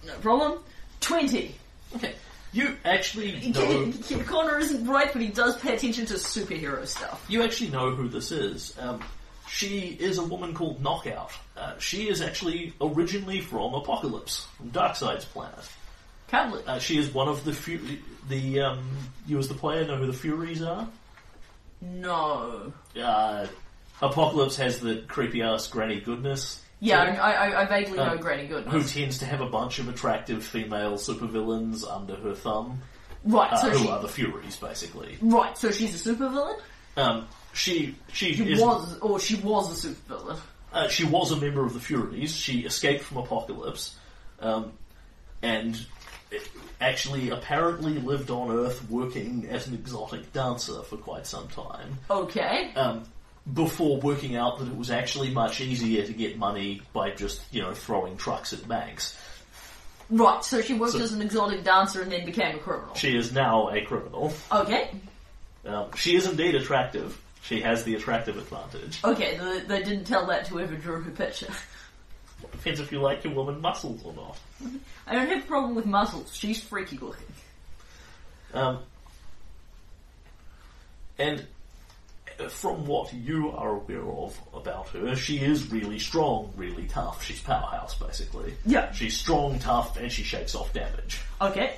No problem. 20.
Okay. You actually know.
Connor Connor isn't bright, but he does pay attention to superhero stuff.
You actually know who this is. Um, she is a woman called Knockout. Uh, she is actually originally from Apocalypse, from Darkseid's planet.
Cuddly.
Uh, she is one of the few. The um, you as the player know who the Furies are.
No.
Uh, Apocalypse has the creepy ass Granny Goodness,
Yeah, I, I, I vaguely
Uh,
know Granny Goodness.
who tends to have a bunch of attractive female supervillains under her thumb,
Right,
uh,
so
who
she,
are the Furies basically.
right, so she's a supervillain.
Um, she she
She
is
was, or she was a supervillain.
Uh, she was a member of the Furies. She escaped from Apocalypse, um, and actually, apparently, lived on Earth working as an exotic dancer for quite some time.
Okay,
Um, before working out that it was actually much easier to get money by just you know throwing trucks at banks.
right, so she worked
So-
as an exotic dancer and then became a criminal.
She is now a criminal.
Okay,
Um, she is indeed attractive. She has the attractive advantage.
okay, they, they didn't tell that to whoever drew her picture.
Depends if you like your woman muscles or not.
I don't have a problem with muscles, she's freaky looking.
Um, and from what you are aware of about her, she is really strong, really tough. She's powerhouse, basically.
Yeah.
She's strong, tough, and she shakes off damage.
Okay,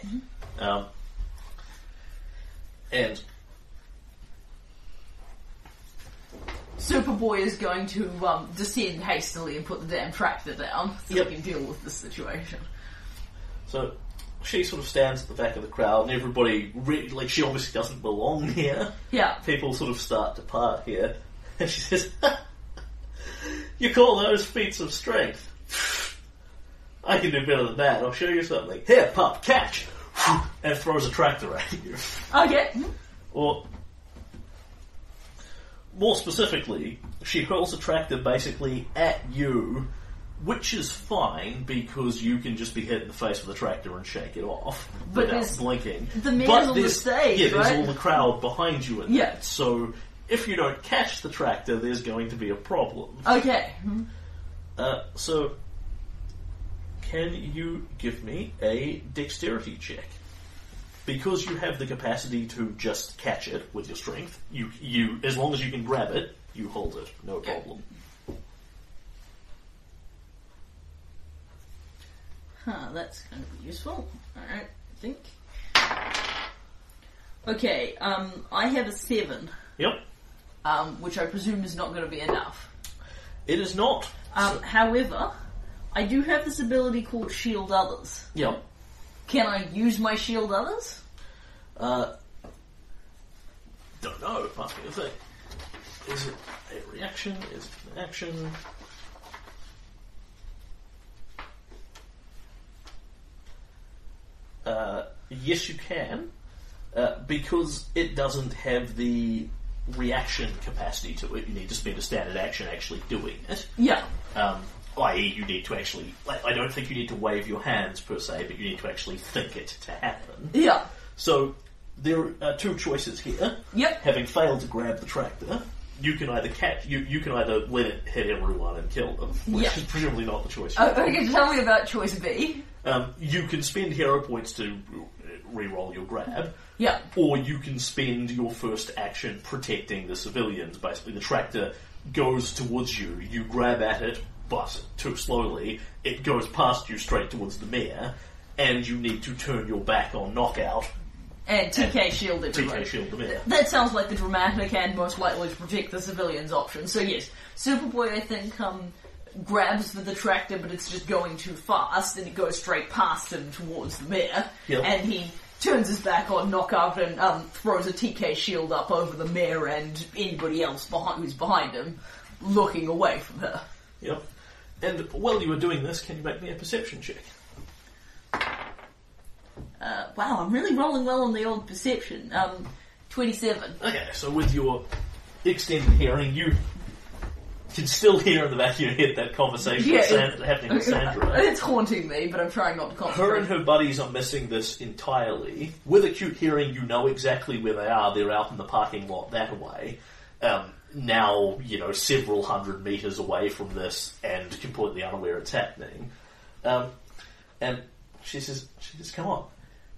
Um, and
Superboy is going to um, descend hastily and put the damn tractor down so
Yep.
we can deal with this situation.
so she sort of stands at the back of the crowd, and everybody, re- like, she obviously doesn't belong here.
Yeah,
people sort of start to part here, and she says, "You call those feats of strength? I can do better than that. I'll show you something. Here, pup, catch!" And throws a tractor at you.
okay,
Mm-hmm. Or, more specifically, she hurls a tractor basically at you, which is fine because you can just be hit in the face with a tractor and shake it off
But
without
there's-
blinking.
the man
but
on the
there's-
stage,
yeah, there's
right?
all the crowd behind you, and
Yeah.
so if you don't catch the tractor, there's going to be a problem.
okay. Mm-hmm.
Uh, so, can you give me a dexterity check? Because you have the capacity to just catch it with your strength, you you as long as you can grab it, you hold it, no
Okay.
problem.
Huh, that's going to be useful. Alright, I think. Okay, um, I have a seven,
Yep,
um, which I presume is not going to be enough.
it is not.
Um, however, I do have this ability called Shield Others.
Yep.
Can I use my Shield Others?
Uh, Don't know. It must be a thing. Is it a reaction? Is it an action? Uh, yes, you can, uh, because it doesn't have the reaction capacity to it. You need to spend a standard action actually doing it.
Yeah.
Um, i.e., you need to actually. Like, I don't think you need to wave your hands per se, but you need to actually think it to happen.
Yeah.
So there are two choices here.
Yep.
Having failed to grab the tractor, you can either catch you, you can either let it hit everyone and kill them, which
Yeah.
is presumably not the choice. you
Uh,
want.
okay, tell me about choice B.
Um, you can spend hero points to re-roll your grab.
Yeah.
Or you can spend your first action protecting the civilians. Basically, the tractor goes towards you, you grab at it, but too slowly, it goes past you straight towards the mayor, and you need to turn your back on knockout,
And TK shield everyone.
TK shield the mayor.
That sounds like the dramatic and most likely to protect the civilians option. So yes, Superboy I think um, grabs for the tractor, but it's just going too fast, and it goes straight past him towards the mayor.
Yeah.
And he turns his back on knockout and um, throws a TK shield up over the mayor and anybody else behind who's behind him, looking away from her.
Yep. And while you were doing this, can you make me a perception check?
Uh, wow, I'm really rolling well on the old perception. Um, 27.
Okay, so with your extended hearing, you can still hear in the back of your head that conversation
Yeah,
with San-
it-
happening with Sandra.
It's haunting me, but I'm trying not to
Her and
concentrate.
her buddies are missing this entirely. With acute hearing, you know exactly where they are. They're out in the parking lot that way. Um, now, you know, several hundred meters away from this and completely unaware it's happening. Um, and she says, she says, come on.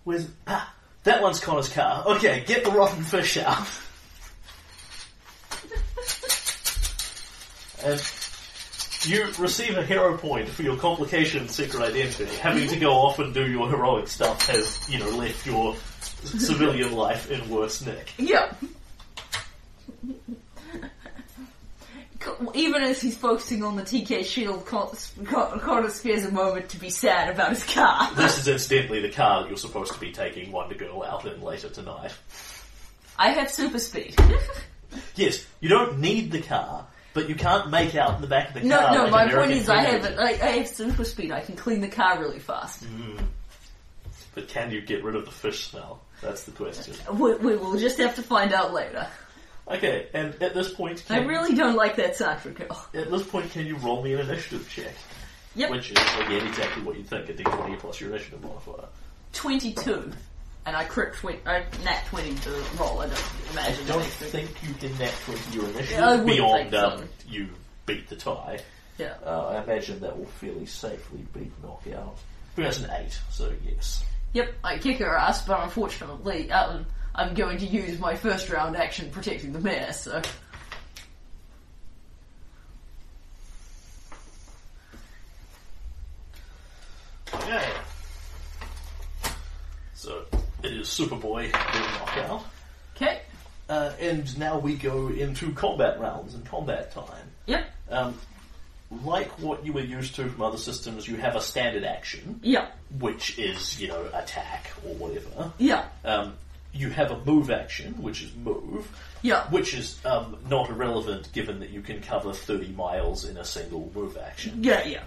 Where's, ah, that one's Connor's car. Okay, get the rotten fish out. and you receive a hero point for your complication secret identity. Having to go off and do your heroic stuff has, you know, left your civilian life in worse nick.
Yeah. Even as he's focusing on the TK shield, Con- Con- Connor spares a moment to be sad about his car.
This is incidentally the car that you're supposed to be taking Wonder Girl out in later tonight.
I have super speed.
Yes, you don't need the car, but you can't make out in the back of the
no,
car.
no,
like
my
American
point is I have
teenagers.
I, I have super speed. I can clean the car really fast.
But can you get rid of the fish smell? That's the question.
We, we will just have to find out later.
Okay, and at this point,
I
can,
really don't like that Sandra girl.
at this point, can you roll me an initiative check?
Yep.
Which is again exactly what you think a d20 plus your initiative modifier.
22. And I crit twen- I nat 20 to roll, I don't imagine.
don't
anything.
think you can nat 20 your initiative
Yeah, I wouldn't
beyond
think so.
um, you beat the tie.
Yeah.
Uh, I imagine that will fairly safely beat knockout. But that's an 8, so yes.
Yep, I kick her ass, but unfortunately, um, I'm going to use my first round action protecting the mayor, so.
Okay. So it is Superboy being knockout.
Okay.
Uh, and now we go into combat rounds and combat time.
Yep.
Um, like what you were used to from other systems, you have a standard action,
Yep.
which is, you know, attack or whatever.
Yep.
Um, you have a move action, which is move,
Yep.
which is um, not irrelevant given that you can cover 30 miles in a single move action.
Yeah, yeah.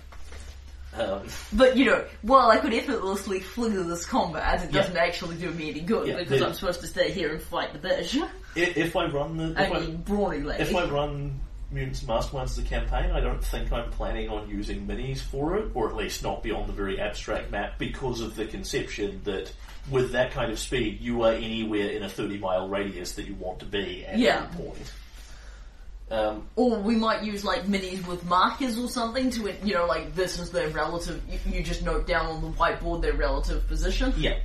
Um,
But, you know, while I could effortlessly fling this combat, it
Yeah.
doesn't actually do me any good
Yeah,
because
the-
I'm supposed to stay here and fight the bitch.
i- if I run the
I
if I,
mean, brawny lady.
if I run Mutants and Masterminds as a campaign, I don't think I'm planning on using minis for it, or at least not beyond the very abstract map, because of the conception that with that kind of speed, you are anywhere in a 30 mile radius that you want to be at
Yeah.
any point. Um,
Or we might use like minis with markers or something to, you know, like this is their relative. You, you just note down on the whiteboard their relative position.
Yeah.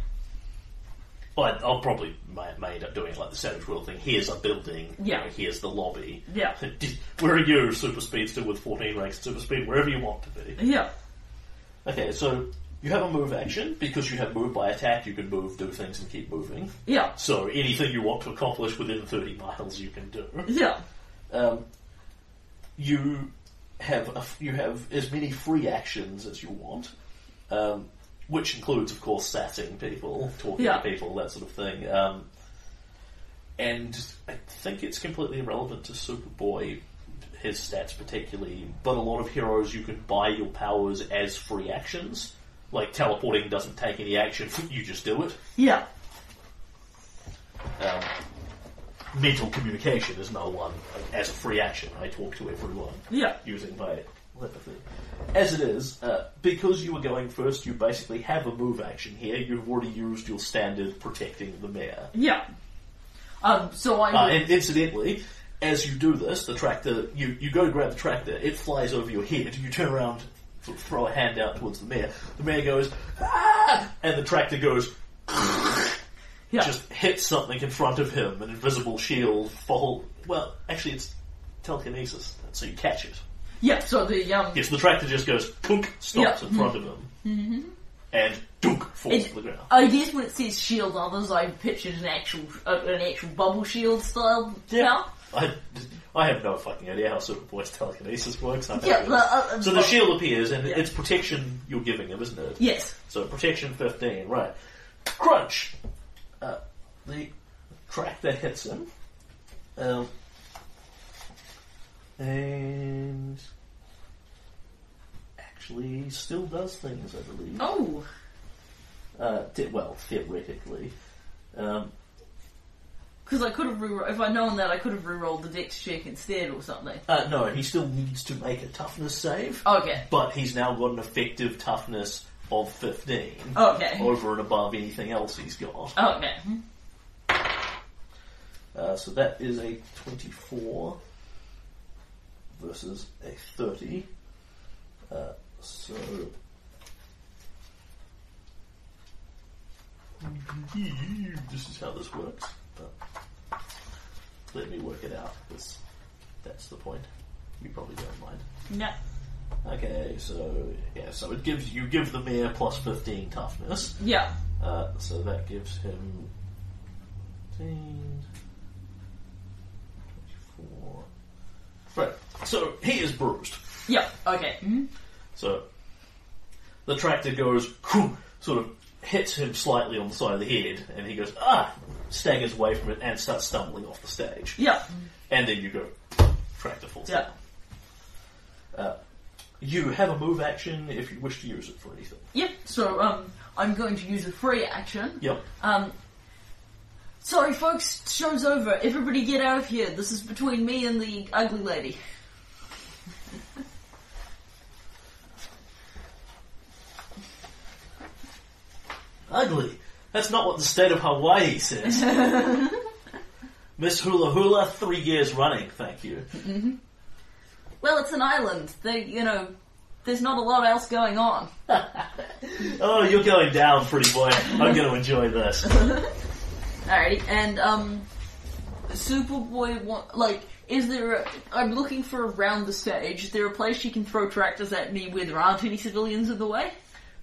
Well, I- I'll probably may, may end up doing like the Savage World thing. Here's a building. you
Yeah.
know, here's the lobby.
Yeah.
Where are you, super speedster with 14 ranks of super speed? Wherever you want to be.
Yeah.
Okay, so you have a move action. Because you have move by attack, you can move, do things, and keep moving.
Yeah.
So anything you want to accomplish within 30 miles, you can do.
Yeah.
Um, you have a f you have as many free actions as you want, um, which includes, of course, sassing people, talking
Yeah.
to people, that sort of thing. Um, and I think it's completely irrelevant to Superboy, his stats particularly, but a lot of heroes you can buy your powers as free actions. Like teleporting doesn't take any action, you just do it.
Yeah.
Um, mental communication is another one. As a free action, I talk to everyone
Yeah.
using my telepathy. As it is, uh, because you were going first, you basically have a move action here. You've already used your standard protecting the mayor.
Yeah. Um, so I.
Uh, and incidentally, as you do this, the tractor, you, you go to grab the tractor, it flies over your head, you turn around, sort of throw a hand out towards the mayor, the mayor goes, ah! and the tractor goes,
yeah.
just hits something in front of him, an invisible shield, fall, well, actually it's telekinesis, so you catch it.
yeah, so the. Um,
Yes, the tractor just goes, punk, stops
Yeah. Mm-hmm.
in front of him, and dunk, falls
It-
to the ground.
I guess when it says shield others, I pictured an actual uh, an actual bubble shield style now.
I, I have no fucking idea how Superboy's telekinesis works. I don't
Yeah,
know.
the, uh,
so
uh,
the shield appears, and
Yeah.
it's protection you're giving him, isn't it?
Yes.
So protection 15, right. Crunch! Uh, the track that hits him. Um, and actually still does things, I believe.
Oh.
Uh, te- well, theoretically. Um,
Because I could have re- if I'd known that, I could have re-rolled the dex check instead or something.
uh, no, he still needs to make a toughness save.
Okay.
but he's now got an effective toughness of 15
Oh, Okay.
over and above anything else he's got.
Okay. Hmm.
Uh, so that is a 24 versus a 30. Uh, so. This is how this works. But let me work it out because that's the point. You probably don't mind.
Yeah.
Okay, so yeah, so it gives you give the mayor plus fifteen toughness,
Yeah.
uh, so that gives him 15, 24. Right, so he is bruised.
Yeah. Okay. Mhm.
So the tractor goes, whew, sort of hits him slightly on the side of the head, and he goes ah, staggers away from it, and starts stumbling off the stage.
Yeah.
And then you go, tractor falls
Yeah.
down. Uh, you have a move action if you wish to use it for anything.
Yep. So um, I'm going to use a free action.
Yep.
Um. Sorry, folks. Show's over. Everybody, get out of here. This is between me and the ugly lady.
Ugly. That's not what the state of Hawaii says. Miss Hula Hula, three years running, thank you.
Well, it's an island. They, you know, there's not a lot else going on.
Oh, you're going down, pretty boy. I'm going to enjoy this.
Alrighty, and um, Superboy, want, like, is there? A, I'm looking for around the stage. Is there a place she can throw tractors at me where there aren't any civilians in the way?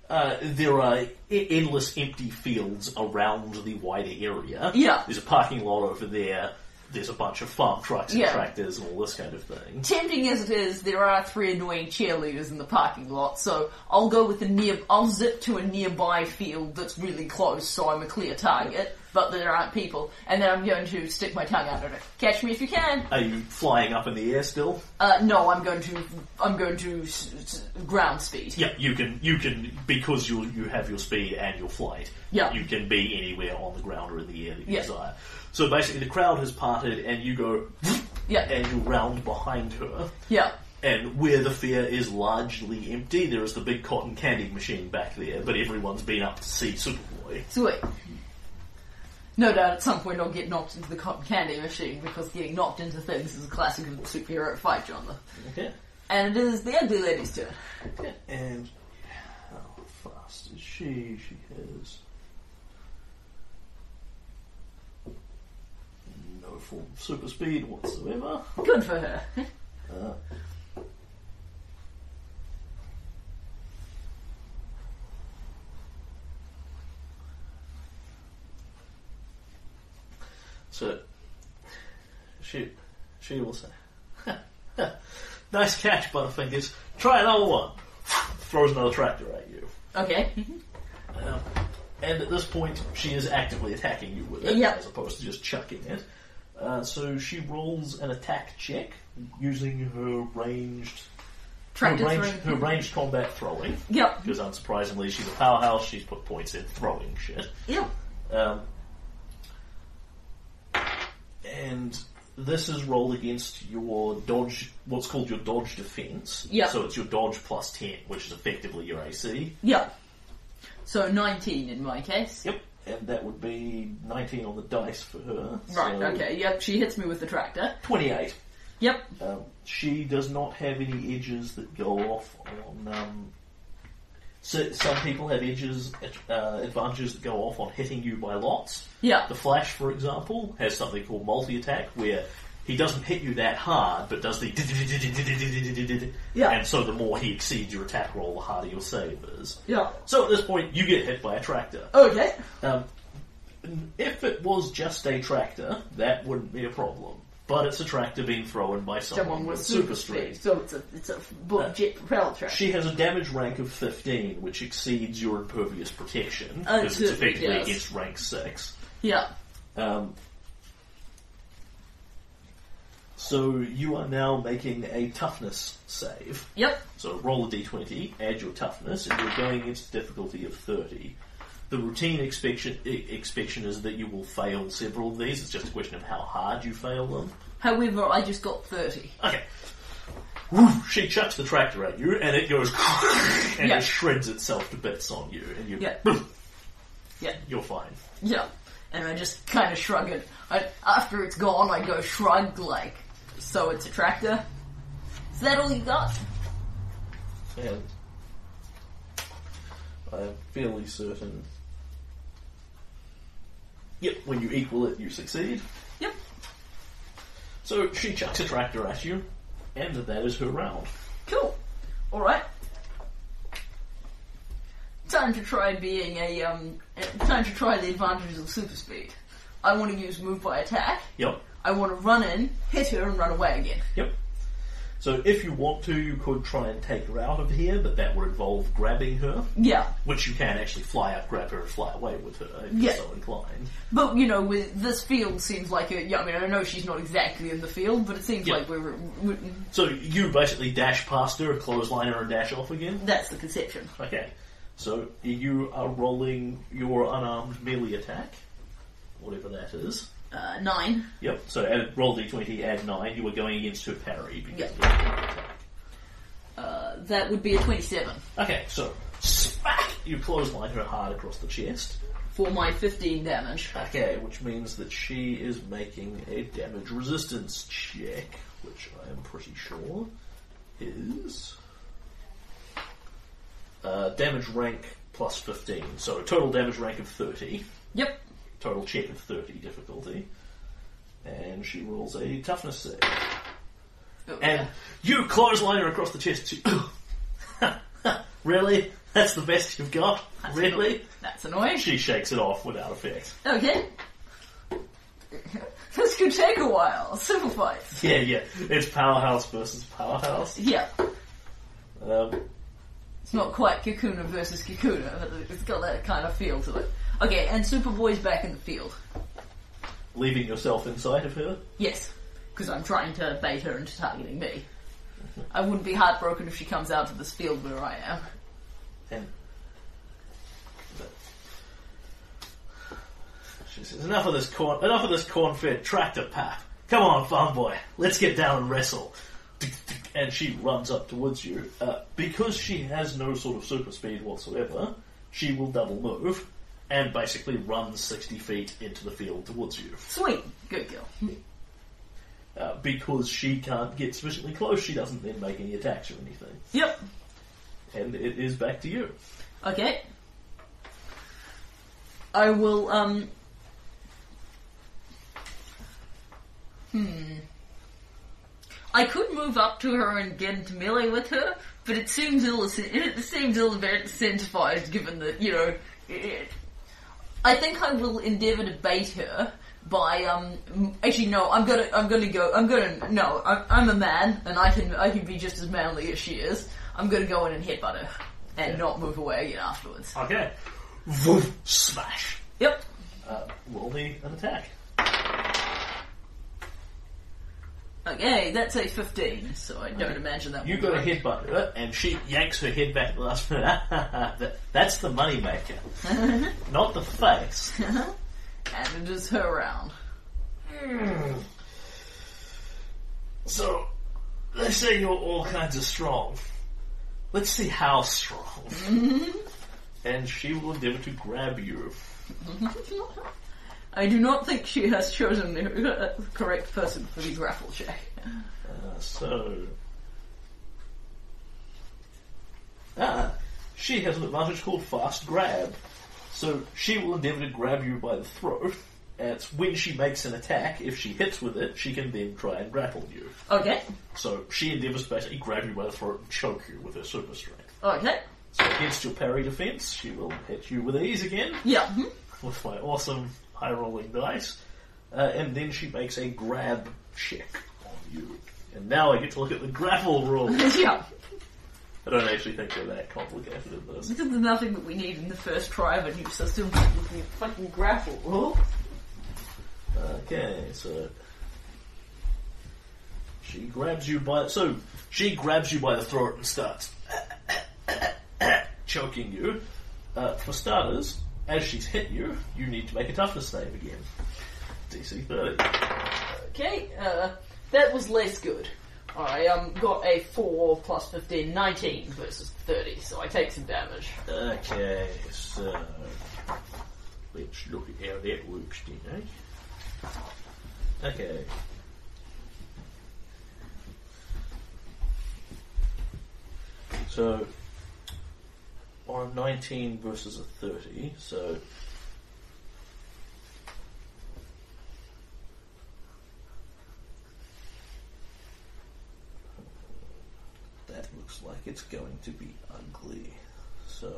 Uh, there are e- endless empty fields around the wider area.
Yeah.
There's a parking lot over there. There's a bunch of farm trucks and
Yeah.
tractors and all this kind of thing.
Tempting as it is, there are three annoying cheerleaders in the parking lot, so I'll go with a near. I'll zip to a nearby field that's really close, so I'm a clear target. But there aren't people, and then I'm going to stick my tongue out at it. Catch me if you can.
Are you flying up in the air still?
Uh, no, I'm going to. I'm going to s- s- ground speed.
Yeah, you can you can because you you have your speed and your flight.
Yeah.
you can be anywhere on the ground or in the air that you
Yeah.
desire. So basically, the crowd has parted, and you go
Yeah.
and you round behind her.
Yeah.
And where the fair is largely empty, there is the big cotton candy machine back there, but everyone's been up to see Superboy.
Sweet. No doubt at some point I'll get knocked into the cotton candy machine because getting knocked into things is a classic of the superhero fight genre.
Okay.
And it is the ugly lady's turn.
And how fast is she? She has no form of super speed whatsoever.
Good for her.
So she she will say, "Nice catch, Butterfingers. Try another one." Throws another tractor at you,
Okay.
um, and at this point, she is actively attacking you with it
Yeah.
as opposed to just chucking it. Uh, so she rolls an attack check using her ranged her
Tractor
ranged,
through.
her ranged combat throwing
Yep.
because unsurprisingly she's a powerhouse. She's put points in throwing shit.
Yep.
Um, and this is rolled against your dodge, what's called your dodge defense.
Yeah.
So it's your dodge plus 10, which is effectively your AC.
Yep. So 19 in my case.
Yep. And that would be 19 on the dice for her.
Right,
so
okay, yep, she hits me with the tractor.
28.
Yep,
Um, she does not have any edges that go off on. Um, so some people have edges, uh, advantages that go off on hitting you by lots.
yep,
The Flash, for example, has something called multi attack, where he doesn't hit you that hard, but does the
Yeah.
and so the more he exceeds your attack roll, the harder your save is.
yep.
So at this point, you get hit by a tractor.
Okay,
Um, if it was just a tractor, that wouldn't be a problem. But it's a tractor being thrown by someone,
someone
with
was
super strength. Uh,
So it's a, it's a bullet jet propeller tractor.
She has a damage rank of 15, which exceeds your impervious protection,
Oh,
because it's
good,
effectively
yes.
against rank 6.
yep,
Um, so you are now making a toughness save.
yep,
So roll a d20, add your toughness, and you're going against a difficulty of 30. The routine expectation, e- expectation is that you will fail several of these. It's just a question of how hard you fail them.
However, I just got 30.
Okay. Woof, she chucks the tractor at you, and it goes and
Yeah.
it shreds itself to bits on you, and you
Yeah. Yeah,
you're fine.
yeah. And I just kind of shrug it. I, after it's gone, I go shrug, like, so it's a tractor. Is that all you got?
And I'm fairly certain. Yep, when you equal it, you succeed.
Yep.
So she chucks a tractor at you, and that is her round.
Cool. Alright. Time to try being a, um, eh, time to try the advantages of super speed. I want to use move by attack.
Yep,
I want to run in, hit her, and run away again.
yep. So if you want to, you could try and take her out of here, but that would involve grabbing her,
Yeah.
which you can actually fly up, grab her, and fly away with her if
Yeah.
you're so inclined.
But, you know, with this field seems like a, yeah, I mean, I know she's not exactly in the field, but it seems
Yeah.
like we're, we
So you basically dash past her, clothesline her, and dash off again.
that's the conception.
Okay. So you are rolling your unarmed melee attack, whatever that is.
Uh, nine.
Yep. So add, roll d20, add nine. You were going against her parry because
Yep.
of her melee attack.
Uh, that would be a 27
Okay. So smack. You clothesline her hard across the chest.
for my 15 damage.
Okay, which means that she is making a damage resistance check, which I am pretty sure is uh, damage rank plus 15. So total damage rank of 30,
Yep.
total check of 30 difficulty. And she rolls a toughness save.
Oh,
And you clothesline her across the chest. She- really? That's the best you've got? Really?
That's annoying.
She shakes it off without effect.
Okay. this could take a while. Simple fights.
Yeah, yeah. It's powerhouse versus powerhouse.
Yeah.
Um,
It's not quite Kakuna versus Kakuna, but it's got that kind of feel to it. Okay, and Superboy's back in the field.
leaving yourself inside of her.
Yes, because I'm trying to bait her into targeting me. I wouldn't be heartbroken if she comes out to this field where I am.
And she says, "Enough of this corn. Enough of this corn-fed tractor pap. Come on, farm boy. Let's get down and wrestle." And she runs up towards you. Uh, because she has no sort of super speed whatsoever, she will double move and basically run 60 feet into the field towards you.
Sweet, good girl.
Uh, because she can't get sufficiently close, she doesn't then make any attacks or anything.
Yep.
And it is back to you.
Okay. I will, um. Hmm. hmm. I could move up to her and get into melee with her, but it seems ill it seems ill incentivized given that, you know. It, I think I will endeavor to bait her by um m- actually no I'm gonna I'm gonna go I'm gonna no I'm, I'm a man and I can I can be just as manly as she is I'm gonna go in and headbutt her and not move away again afterwards.
Okay. Vroom, smash.
Yep.
Uh, roll the an attack.
Okay, that's a 15, so I don't imagine that
You got
will
a
work.
headbutt her, uh, and she yanks her head back at the last minute. That- That's the moneymaker. Not the face.
And it is her round.
So, they say you're all kinds of strong. Let's see how strong. and she will endeavour to grab you.
I do not think she has chosen the uh, correct person for the grapple check.
Uh, so. Ah, she has an advantage called fast grab. So she will endeavour to grab you by the throat. And it's when she makes an attack, if she hits with it, she can then try and grapple you.
Okay,
So she endeavours to basically grab you by the throat and choke you with her super strength.
okay,
So against your parry defence, she will hit you with ease again
yeah, mhm.
with my awesome high rolling dice, uh, and then she makes a grab check on you. And now I get to look at the grapple rules.
yeah.
I don't actually think they're that complicated in this.
This is nothing that we need in the first try of a new system. Fucking grapple Oh. rule.
Okay, so she grabs you by so she grabs you by the throat and starts choking you. Uh, for starters, as she's hit you, you need to make a toughness save again. DC thirty.
Okay, uh, that was less good. I um, got a 4 plus 15, 19 versus 30, so I take some damage.
Okay, so let's look at how that works, then, eh? Okay. So on 19 versus a 30, so that looks like it's going to be ugly. So.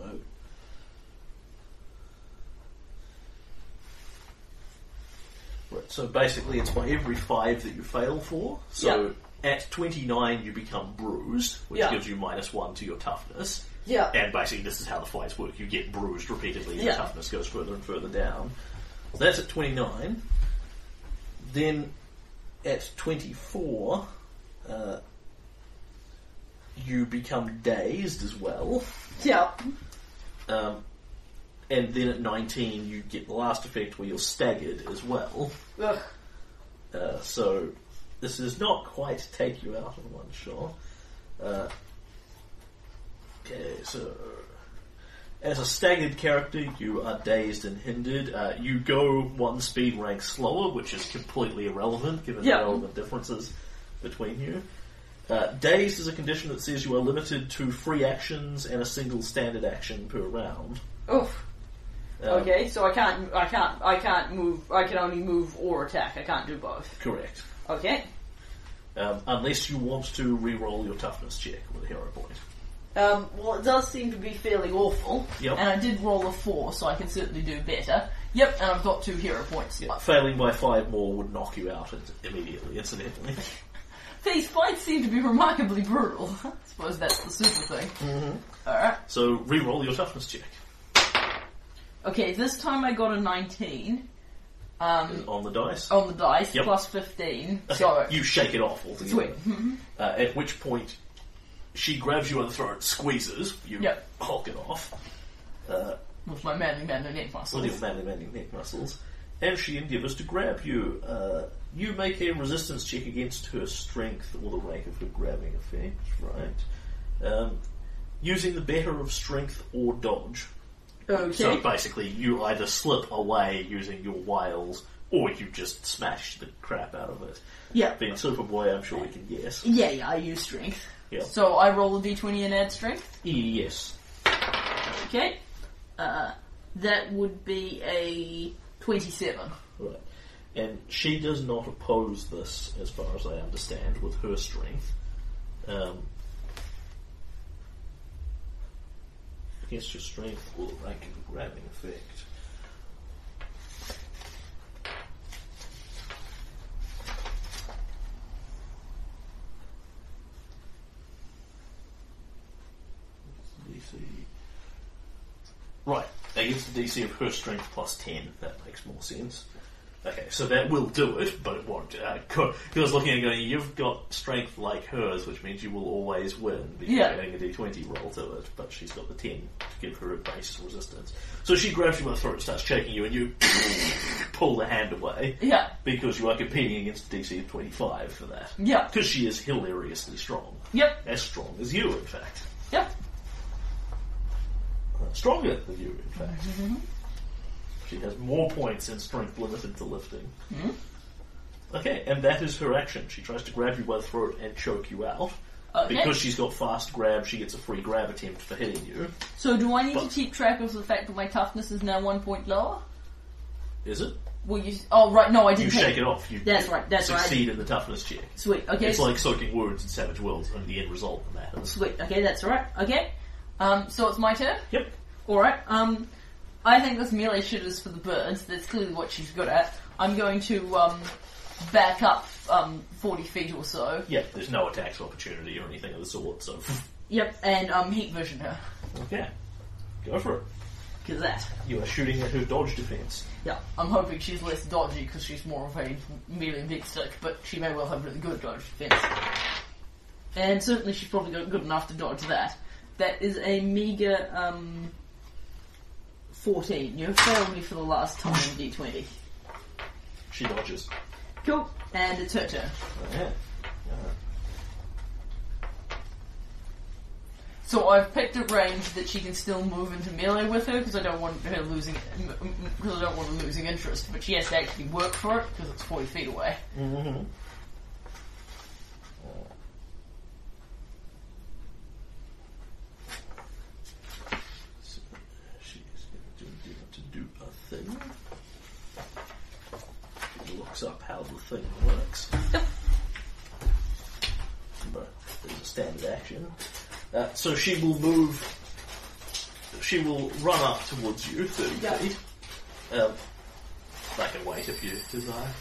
Right, so basically it's by every five that you fail for. So at 29 you become bruised, which
Yeah.
gives you minus one to your toughness.
Yeah.
And basically this is how the fights work. You get bruised repeatedly and your
Yeah.
toughness goes further and further down. So that's at 29. Then at 24, uh, you become dazed as well.
Yeah.
Um, and then at 19, you get the last effect where you're staggered as well.
Ugh.
Uh, so this does not quite take you out in one shot. Uh, okay, so as a staggered character, you are dazed and hindered. Uh, you go one speed rank slower, which is completely irrelevant given
Yeah.
the relevant differences between you. Uh, dazed is a condition that says you are limited to free actions and a single standard action per round.
Oof.
Um,
Okay, so I can't, I can't, I can't move. I can only move or attack. I can't do both.
Correct.
Okay.
Um, unless you want to re-roll your toughness check with a hero point.
Um, well, it does seem to be fairly awful.
Yep.
And I did roll a four, so I can certainly do better. Yep. And I've got two hero points.
Yeah, failing by five more would knock you out in- immediately, incidentally.
These fights seem to be remarkably brutal. I suppose that's the super thing. Mm-hmm. right.
so re-roll your toughness check
Okay. This time I got a nineteen
on the dice.
on the dice,
Yep.
plus fifteen.
Okay,
So
You shake it off altogether.
Sweet. Mm-hmm.
Uh, at which point, she grabs you by the throat, squeezes, you
Yep.
hulk it off uh,
with my manly manly neck muscles.
with your manly, manly neck muscles, and she endeavours to grab you. Uh, you make a resistance check against her strength or the rank of her grabbing effect, right? Um, using the better of strength or dodge.
Okay.
So basically, you either slip away using your wiles, or you just smash the crap out of it.
yeah.
Being Superboy, I'm sure we can guess.
Yeah, yeah, I use strength.
Yeah.
So I roll a d20 and add strength.
Yes.
Okay. Uh, that would be a 27.
Right. And she does not oppose this, as far as I understand, with her strength. Um, against your strength or the rank of the grabbing effect. DC. Right, against the DC of her strength plus 10, that makes more sense. Okay, so that will do it, but it won't. Uh, co- I was looking and going, you've got strength like hers, which means you will always win because
Yeah.
you're adding a d20 roll to it, but she's got the 10 to give her a base resistance. So she grabs you by the throat, starts choking you, and you pull the hand away
Yeah.
because you are competing against the DC of 25 for that.
Yeah.
Because she is hilariously strong.
Yep.
As strong as you, in fact.
Yep.
Uh, Stronger than you, in fact.
Mm-hmm.
She has more points in strength limited to lifting.
Mm-hmm.
Okay, and that is her action. She tries to grab you by the throat and choke you out.
Oh, Okay.
Because she's got fast grab, she gets a free grab attempt for hitting you.
So do I need
But-
to keep track of the fact that my toughness is now one point lower?
Is it?
Well, you. Oh right, no, I
You
didn't. take-
shake it off. You
That's right, that's right.
succeed in the toughness check.
Sweet. Okay.
It's like soaking words in Savage Worlds, and the end result matters.
Sweet. Okay, that's all right. Okay. Um. So it's my turn.
Yep.
All right. Um. I think this melee shit is for the birds. That's clearly what she's good at. I'm going to um back up um forty feet or so.
Yep. There's no attacks opportunity or anything of the sort. So,
Yep. And um heat vision her.
okay, go for it.
Cause that.
You are shooting at her dodge defense.
Yeah. I'm hoping she's less dodgy because she's more of a melee big stick, but she may well have really good dodge defense. And certainly she's probably got good enough to dodge that. That is a meager um fourteen. You have failed me for the last time D twenty.
She dodges.
Cool. And it's her turn.
Yeah.
So I've picked a range that she can still move into melee with her because I don't want her losing because I don't want her losing interest. But she has to actually work for it because it's forty feet away.
Mm-hmm. She's going to do, to do a thing. She looks up how the thing works. But there's a standard action. Uh, so she will move. She will run up towards you, 30
Yeah.
feet. Um, I can wait if you desire.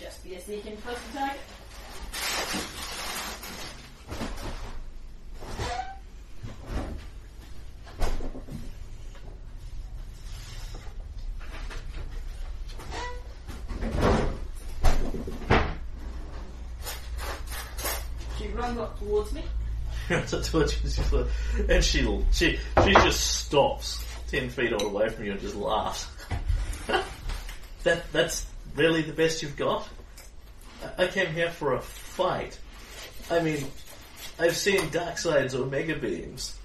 Just be a sneaking first attack. She runs up towards me.
That's what she's just like- and she'll she she just stops ten feet on away from you and just laughs. that that's really the best you've got. I, I came here for a fight. I mean, I've seen dark sides omega beams.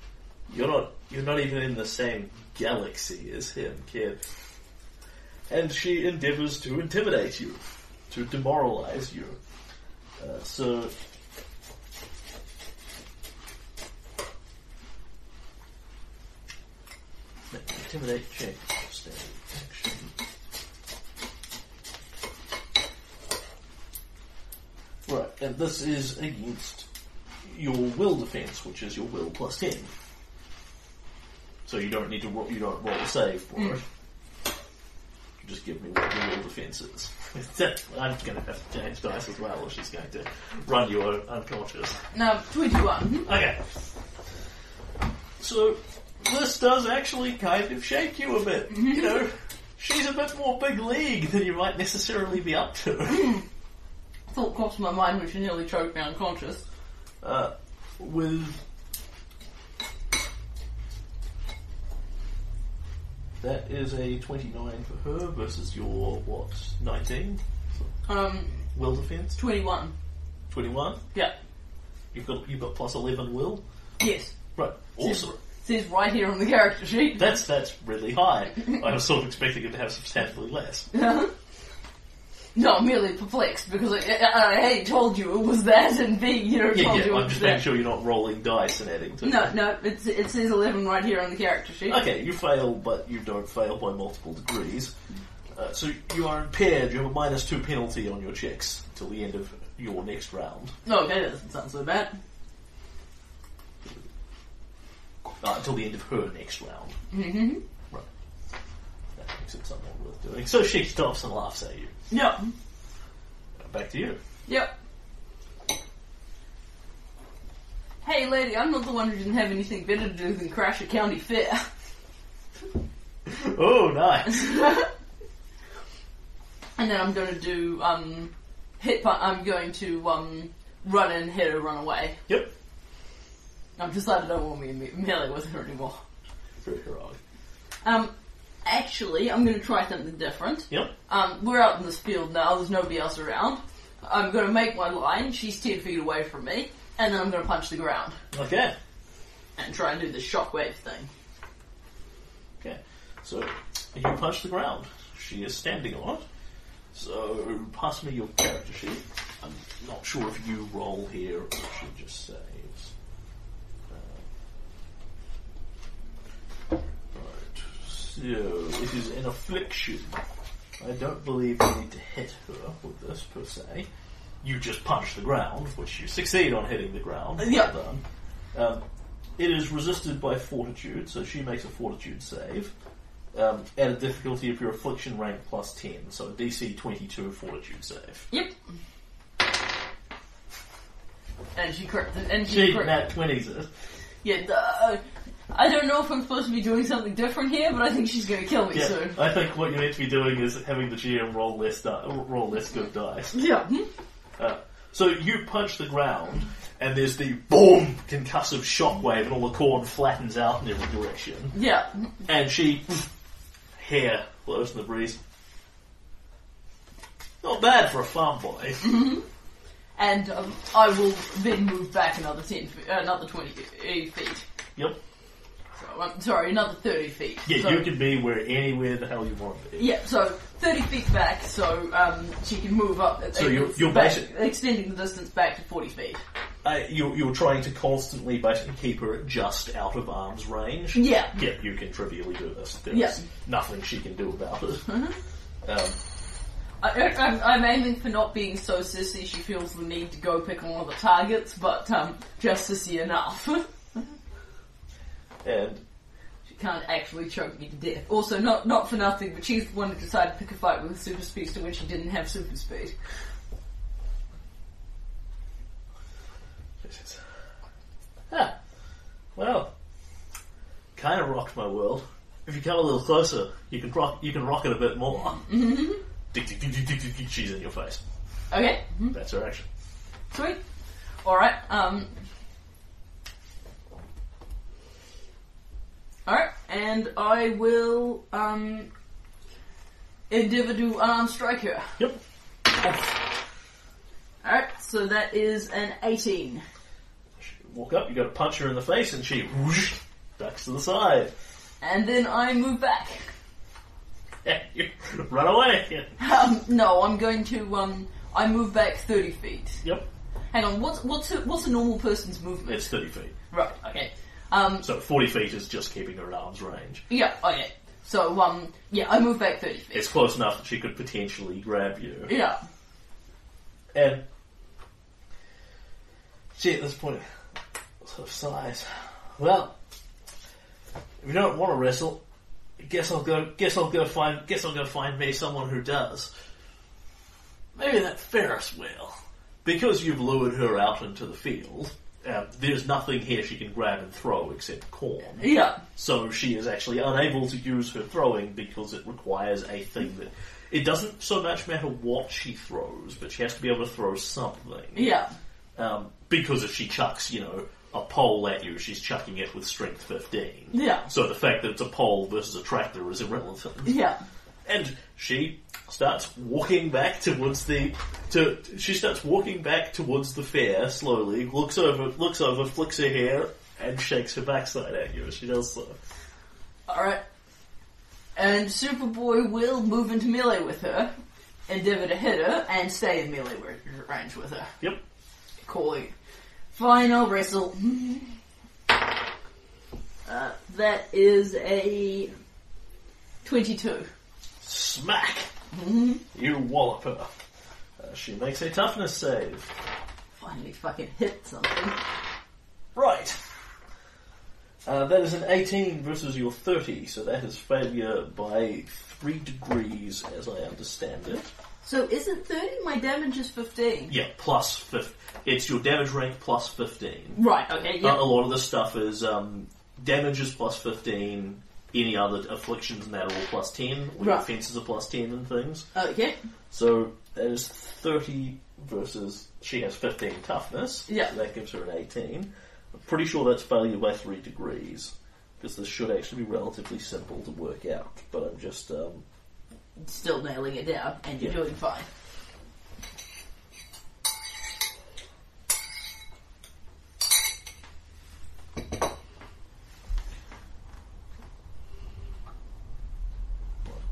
You're not you're not even in the same galaxy as him, kid. And she endeavours to intimidate you, to demoralise you. Uh, so Intimidate check. Standard action. Right, and this is against your will defense, which is your will plus ten. So you don't need to roll. You don't roll a save for it. You just give me what your will defense is. I'm going to have to change dice as well, or she's going to run you o- unconscious.
Now, 21.
Okay. So this does actually kind of shake you a bit. You know, she's a bit more big league than you might necessarily be up to.
Thought crossed my mind, which nearly choked me unconscious.
Uh, with that is a twenty-nine for her versus your what nineteen
Um,
will defense
21.
twenty-one.
Yeah.
You've got you've got plus eleven will.
Yes.
Right. Also.
Says right here on the character sheet.
That's that's really high. I was sort of expecting it to have substantially less.
No, I'm merely perplexed because I, I, I A, told you it was that, and B, you know,
Yeah,
told you
yeah.
it
I'm
was
just making
that.
sure you're not rolling dice and adding to. it.
No, no, it's, it says 11 right here on the character sheet.
Okay, you fail, but you don't fail by multiple degrees. Uh, so you are impaired. You have a minus two penalty on your checks till the end of your next round,
Oh, Okay, that doesn't sound so bad.
uh, till the end of her next round.
Mm-hmm.
Right. That makes it somewhat worth doing. So she stops and laughs at you.
Yep.
Back to you.
Yep. Hey, lady, I'm not the one who didn't have anything better to do than crash a county fair.
Oh, nice.
And then I'm going to do um, hit. pu- I'm going to um, run and hit or run away.
Yep.
I've decided I won't be me- melee with her anymore.
Very heroic.
Um, actually, I'm going to try something different.
Yep.
Um, we're out in this field now. There's nobody else around. I'm going to make my line. She's ten feet away from me, and then I'm going to punch the ground
Okay.
and try and do the shockwave thing.
Okay. So you punch the ground. She is standing on it. So pass me your character sheet. I'm not sure if you roll here or she just saves. Uh, right. So it is an affliction. I don't believe you need to hit her with this per se. You just punch the ground, which you succeed on hitting the ground.
Yeah.
Well done. Um, it is resisted by fortitude, so she makes a fortitude save. Um, at a difficulty of your affliction rank plus 10, so a DC 22 fortitude save.
Yep. And she correct. And she,
She
correct-
nat 20s it.
Yeah, uh, I don't know if I'm supposed to be doing something different here, but I think she's going to kill me
Yeah,
soon.
I think what you need to be doing is having the GM roll less di- roll less good dice.
Yeah. hmm?
Uh, so you punch the ground, and there's the boom concussive shockwave, and all the corn flattens out in every direction.
Yeah.
And she, hair blows in the breeze. Not bad for a farm boy.
And um, I will then move back another 10 feet, uh, another 20 feet.
yep.
So, um, sorry, another 30 feet.
Yeah,
so,
you can be where anywhere the hell you want to be.
Yeah, so 30 feet back, so um, she can move up.
So you're- you're
back,
basic-
extending the distance back to 40 feet.
Uh, you, you're trying to constantly basically keep her just out of arm's range.
Yeah.
Yeah, you can trivially do this. There's
Yeah. Mm-hmm.
nothing she can do about it. Um,
I, I'm, I'm aiming for not being so sissy she feels the need to go pick on one of the targets, but um, just sissy enough.
and
She can't actually choke me to death. Also, not not for nothing, but she's the one who decided to pick a fight with super speedster when she didn't have super speed.
this is- ah, well, kind of rocked my world. If you come a little closer, you can rock. You can rock it a bit more. Mm-hmm. Dick, dick, dick, dick, dick, dick, dick, she's in your face.
Okay, mhm,
That's her action.
sweet. All right. Um. All right, and I will um endeavor to unarmed strike her.
Yep.
All right, so that is an eighteen.
Walk up. You got to punch her in the face, and she whoosh, ducks to the side.
And then I move back.
Run away.
Um, no, I'm going to um, I move back thirty feet.
Yep.
Hang on, what's what's a, what's a normal person's movement?
It's 30 feet.
Right. Okay. Um.
So 40 feet is just keeping her at arm's range.
Yeah. Okay. So um. Yeah, I move back thirty feet.
It's close enough that she could potentially grab you.
Yeah.
And she at this point sort of sighs. Well, if you don't want to wrestle, guess I'll go. Guess I'll go find. Guess I'll go find me someone who does. Maybe that Ferris will, because you've lured her out into the field. Uh, there's nothing here she can grab and throw except corn.
Yeah.
So she is actually unable to use her throwing because it requires a thing that. It doesn't so much matter what she throws, but she has to be able to throw something.
Yeah.
Um, because if she chucks, you know, a pole at you, she's chucking it with strength 15.
Yeah.
So the fact that it's a pole versus a tractor is irrelevant.
Yeah.
And she starts walking back towards the. To, she starts walking back towards the fair slowly, looks over, looks over, flicks her hair, and shakes her backside at you as she does so.
All right. And Superboy will move into melee with her, endeavor to hit her, and stay in melee ra- range with her.
Yep.
Calling. Fine, I'll wrestle. Uh, that is a twenty-two.
Smack! Mm-hmm. You wallop her. Uh, she makes a toughness save.
Finally, fucking hit something.
Right. Uh, that is an 18 versus your 30, so that is failure by 3 degrees as I understand it.
So isn't 30? My damage is 15.
Yeah, plus 5. It's your damage rank plus 15.
Right, okay, yeah.
Uh, a lot of this stuff is um, damage is plus 15, any other afflictions, and that are all plus 10, where
Right.
offences are plus 10 and things.
Okay.
So that is 30 versus she has 15 toughness.
Yeah.
So that gives her an 18. I'm pretty sure that's failure by 3 degrees because this should actually be relatively simple to work out. But I'm just um,
Still nailing it down, and you're
Yeah.
doing fine.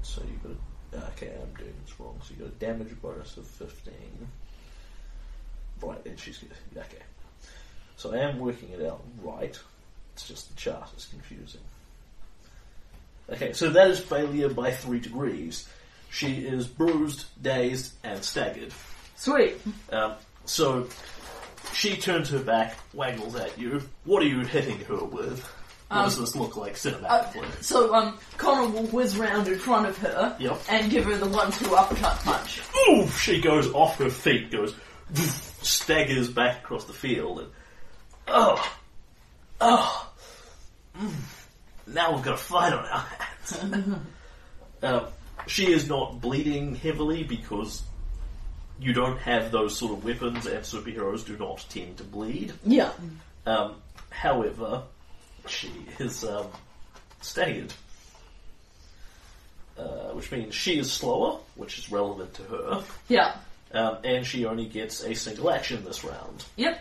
so you got a, okay, I'm doing this wrong. So you got a damage bonus of 15. Right, and she's good. okay. So I am working it out right. It's just the chart is confusing. Okay, so that is failure by three degrees. She is bruised, dazed, and staggered.
Sweet.
Um, so she turns her back, waggles at you. What are you hitting her with? What does this look like cinematically?
So, um, Connor will whiz round in front of her
Yep.
and give her the one-two uppercut punch.
Oof! She goes off her feet, goes, staggers back across the field, and oh, oh, mm, now we've got a fight on our hands. um, she is not bleeding heavily because you don't have those sort of weapons, and superheroes do not tend to bleed.
Yeah.
Um, however, she is um, staggered, uh, which means she is slower, which is relevant to her,
Yeah.
um, and she only gets a single action this round.
Yep.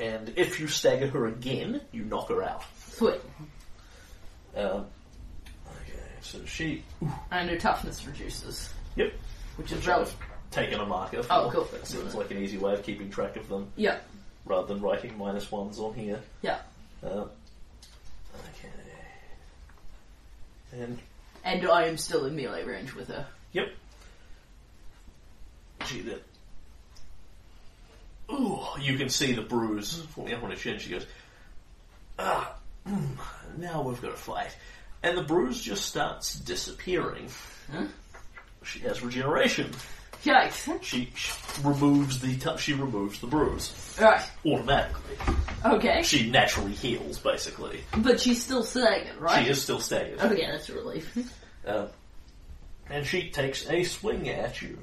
And if you stagger her again, you knock her out.
Sweet.
Um, okay, so she.
And her toughness reduces,
Yep.
which is
I've
relevant.
taken a marker. For.
Oh, cool.
That seems like an easy way of keeping track of them
Yeah.
rather than writing minus ones on here.
Yeah.
Uh, okay. And
And I am still in melee range with her.
Yep. Gee, that. Ooh, you can see the bruise
Mm-hmm.
forming up on her chin. She goes, ah, mm, now we've got to fight. And the bruise just starts disappearing.
Huh?
She has regeneration.
Yikes.
She, she removes the tou- she removes the bruise
Right.
automatically.
Okay.
She naturally heals, basically.
But she's still stagnant, right?
She is still staggered,
Oh yeah, that's a relief.
Uh, and she takes a swing at you.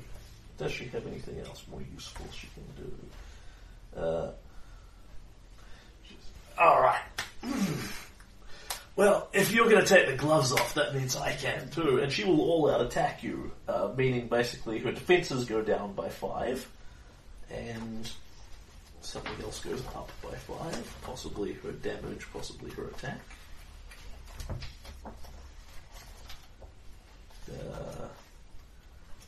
Does she have anything else more useful she can do? Uh, she's- all right. Well, if you're going to take the gloves off, that means I can too. And she will all out attack you, uh, meaning basically her defenses go down by five, and something else goes up by five. Possibly her damage, possibly her attack. Uh,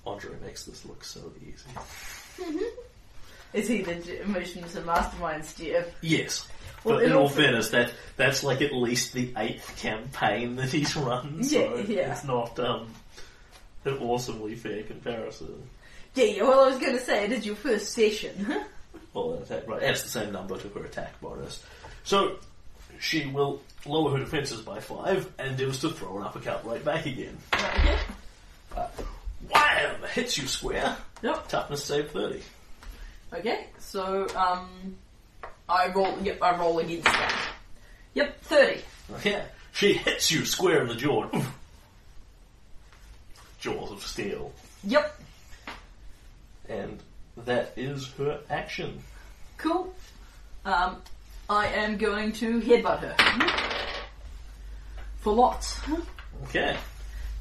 Andre makes this look so easy.
Is he the emotions and mastermind steer?
Yes.
Well,
but in
it
all
also-
fairness, that that's like at least the eighth campaign that he's run, so
Yeah, yeah.
it's not um, an awesomely fair comparison.
Yeah, well, I was going to say, it is your first session.
Well, an attack, right? That's the same number to her attack bonus. So she will lower her defences by five and endeavours to throw an uppercut right back again.
okay.
Wham! Hits you square.
Yep.
Toughness save thirty.
Okay, so, um, I roll, yep, I roll against that. Yep, 30.
Yeah. She hits you square in the jaw. Oof. Jaws of steel.
Yep,
And that is her action.
cool. Um, I am going to headbutt her. For lots.
Okay.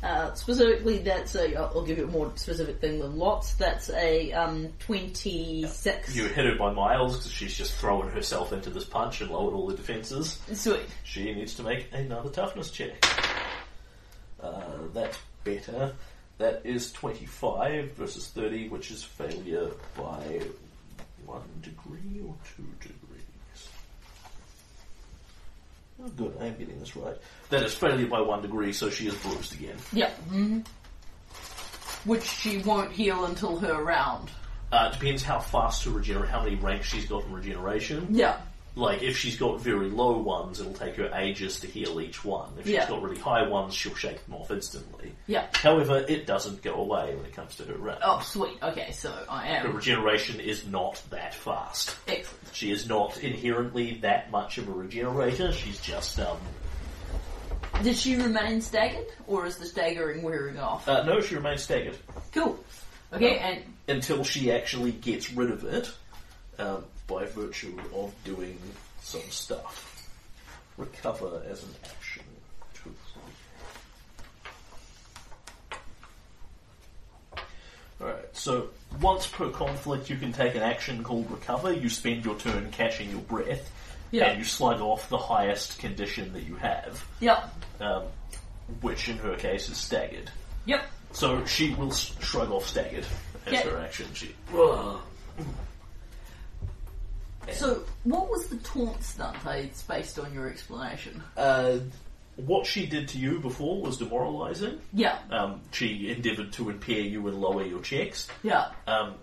Uh, specifically, that's a, I'll I'll give you a more specific thing than lots, that's a, um, 26.
You hit her by miles because she's just throwing herself into this punch and lowered all the defences.
Sweet.
She needs to make another toughness check. Uh, that's better. That is 25 versus 30, which is failure by one degree or two degrees. Oh, good, I am getting this right. That is failure by one degree, so she is bruised again.
Yep. hmm Which she won't heal until her round.
Uh, it depends how fast to regenerate, how many ranks she's got in regeneration.
Yeah.
like if she's got very low ones, it'll take her ages to heal each one. If she's
Yeah.
got really high ones, she'll shake them off instantly.
Yeah.
However, it doesn't go away when it comes to her round.
Oh, sweet. Okay, so I
Her
am
regeneration is not that fast.
excellent.
She is not inherently that much of a regenerator. She's just um.
Did she remain staggered, or is the staggering wearing off?
Uh, no, she remains staggered
Cool. Okay, and
until she actually gets rid of it um, by virtue of doing some stuff. Recover as an action. Two, three. Alright, so once per conflict you can take an action called recover. You spend your turn catching your breath,
Yeah.
and you slug off the highest condition that you have,
yep,
um, which in her case is staggered.
yep.
So she will s- shrug off staggered as
Yeah.
her action. She
So, what was the taunt stunt? I it's based on your explanation.
Uh, what she did to you before was demoralizing.
Yeah,
Um, she endeavoured to impair you and lower your checks.
yeah,
Um,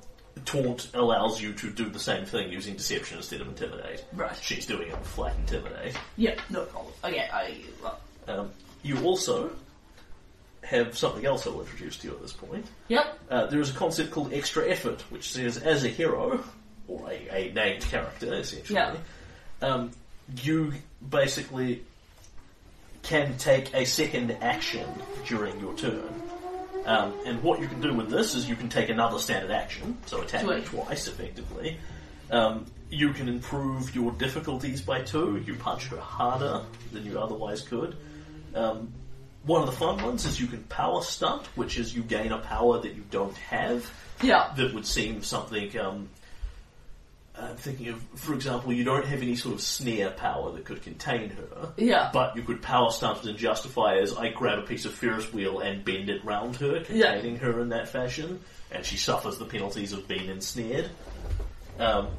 taunt allows you to do the same thing using deception instead of intimidate.
Right.
She's doing it with flat intimidate.
yeah. No problem. Okay, I. well,
Um, you also have something else I'll introduce to you at this point.
yep.
Uh, there is a concept called extra effort, which says as a hero, or a, a named character essentially,
Yeah.
um, you basically can take a second action during your turn. Um, and what you can do with this is you can take another standard action, so attack
Sweet.
twice effectively. Um, you can improve your difficulties by two. You punch her harder than you otherwise could. Um, one of the fun ones is you can power stunt, which is you gain a power that you don't have
Yeah,
that would seem something. Um, I'm thinking of, for example, you don't have any sort of snare power that could contain her.
Yeah.
But you could power stunt it and justify as I grab a piece of Ferris wheel and bend it round her,
Yeah.
containing her in that fashion, and she suffers the penalties of being ensnared. Um,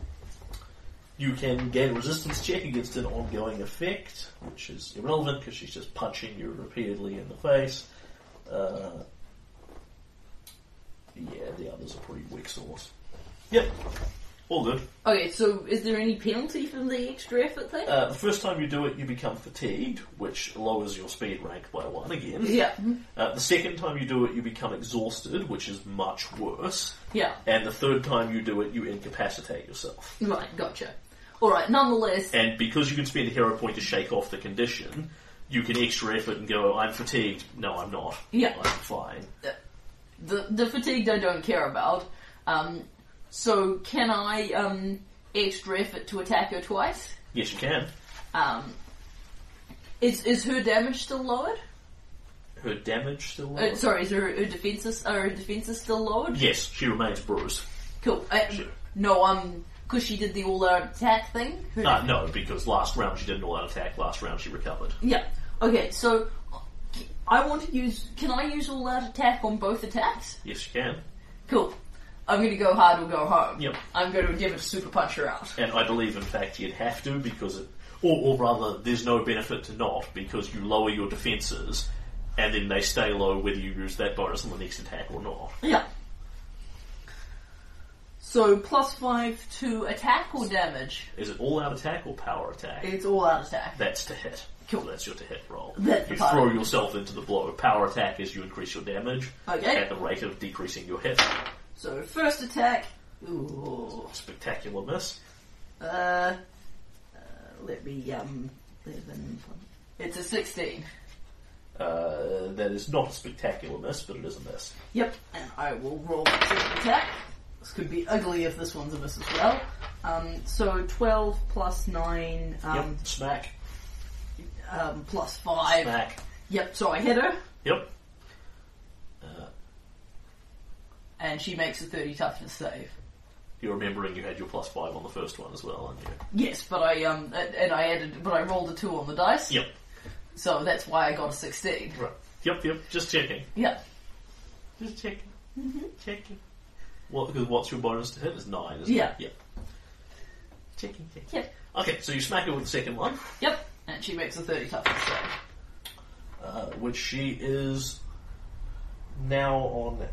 you can gain a resistance check against an ongoing effect, which is irrelevant because she's just punching you repeatedly in the face. Uh, yeah, the others are pretty weak source. Yep, all good.
okay. So, is there any penalty from the extra effort thing?
Uh, the first time you do it, you become fatigued, which lowers your speed rank by one again.
yeah, Mm-hmm.
Uh, the second time you do it, you become exhausted, which is much worse.
yeah.
And the third time you do it, you incapacitate yourself.
Right, gotcha. All right. Nonetheless,
And because you can spend a hero point to shake off the condition, you can extra effort and go, I'm fatigued. No, I'm not.
Yeah.
I'm fine.
the the fatigued I don't care about. Um, so can I um extra effort to attack her twice?
Yes, you can.
Um, is is her damage still lowered?
Her damage still.
Uh, sorry, is her, her defenses are her defenses still lowered?
Yes, she remains bruised.
Cool. Uh,
Sure.
No, um, because she did the all out attack thing. Her
Uh, no, because last round she didn't all out attack. Last round she recovered.
Yeah. Okay, so uh, I want to use. Can I use all out attack on both attacks?
Yes, you can.
Cool. I'm going to go hard or go home.
Yep.
I'm going to endeavour to super punch her out.
And I believe, in fact, you'd have to because, it, or, or rather, there's no benefit to not because you lower your defences, and then they stay low whether you use that bonus on the next attack or not.
Yeah. So plus five to attack or damage.
Is it all out attack or power attack?
It's all out attack.
That's to hit.
Cool.
So that's your to hit roll.
That's
you
the part.
throw yourself into the blow. Power attack is you increase your damage
Okay.
at the rate of decreasing your hit.
So first attack. Ooh.
Spectacular miss.
Uh, uh, let me um. eleven- It's a sixteen.
Uh, that is not a spectacular miss, but it is a miss.
Yep. And I will roll my second attack. This could be ugly if this one's a miss as well. Um, so twelve plus nine. Um,
yep. Smack.
um, plus five.
Smack.
Yep. So I hit her,
Yep.
and she makes a thirty toughness save.
You're remembering you had your plus five on the first one as well, aren't you?
Yes, but I um and- and I added, but I rolled a two on the dice.
Yep.
So that's why I got a sixteen.
Right. Yep, yep. Just checking.
Yep.
Just checking. Checking. What? Because what's your bonus to hit? Is nine. Isn't
Yeah.
It? Yep. Checking. Checking.
Yep.
Okay, so you smack her with the second one,
Yep. And she makes a thirty toughness save.
uh, which she is now on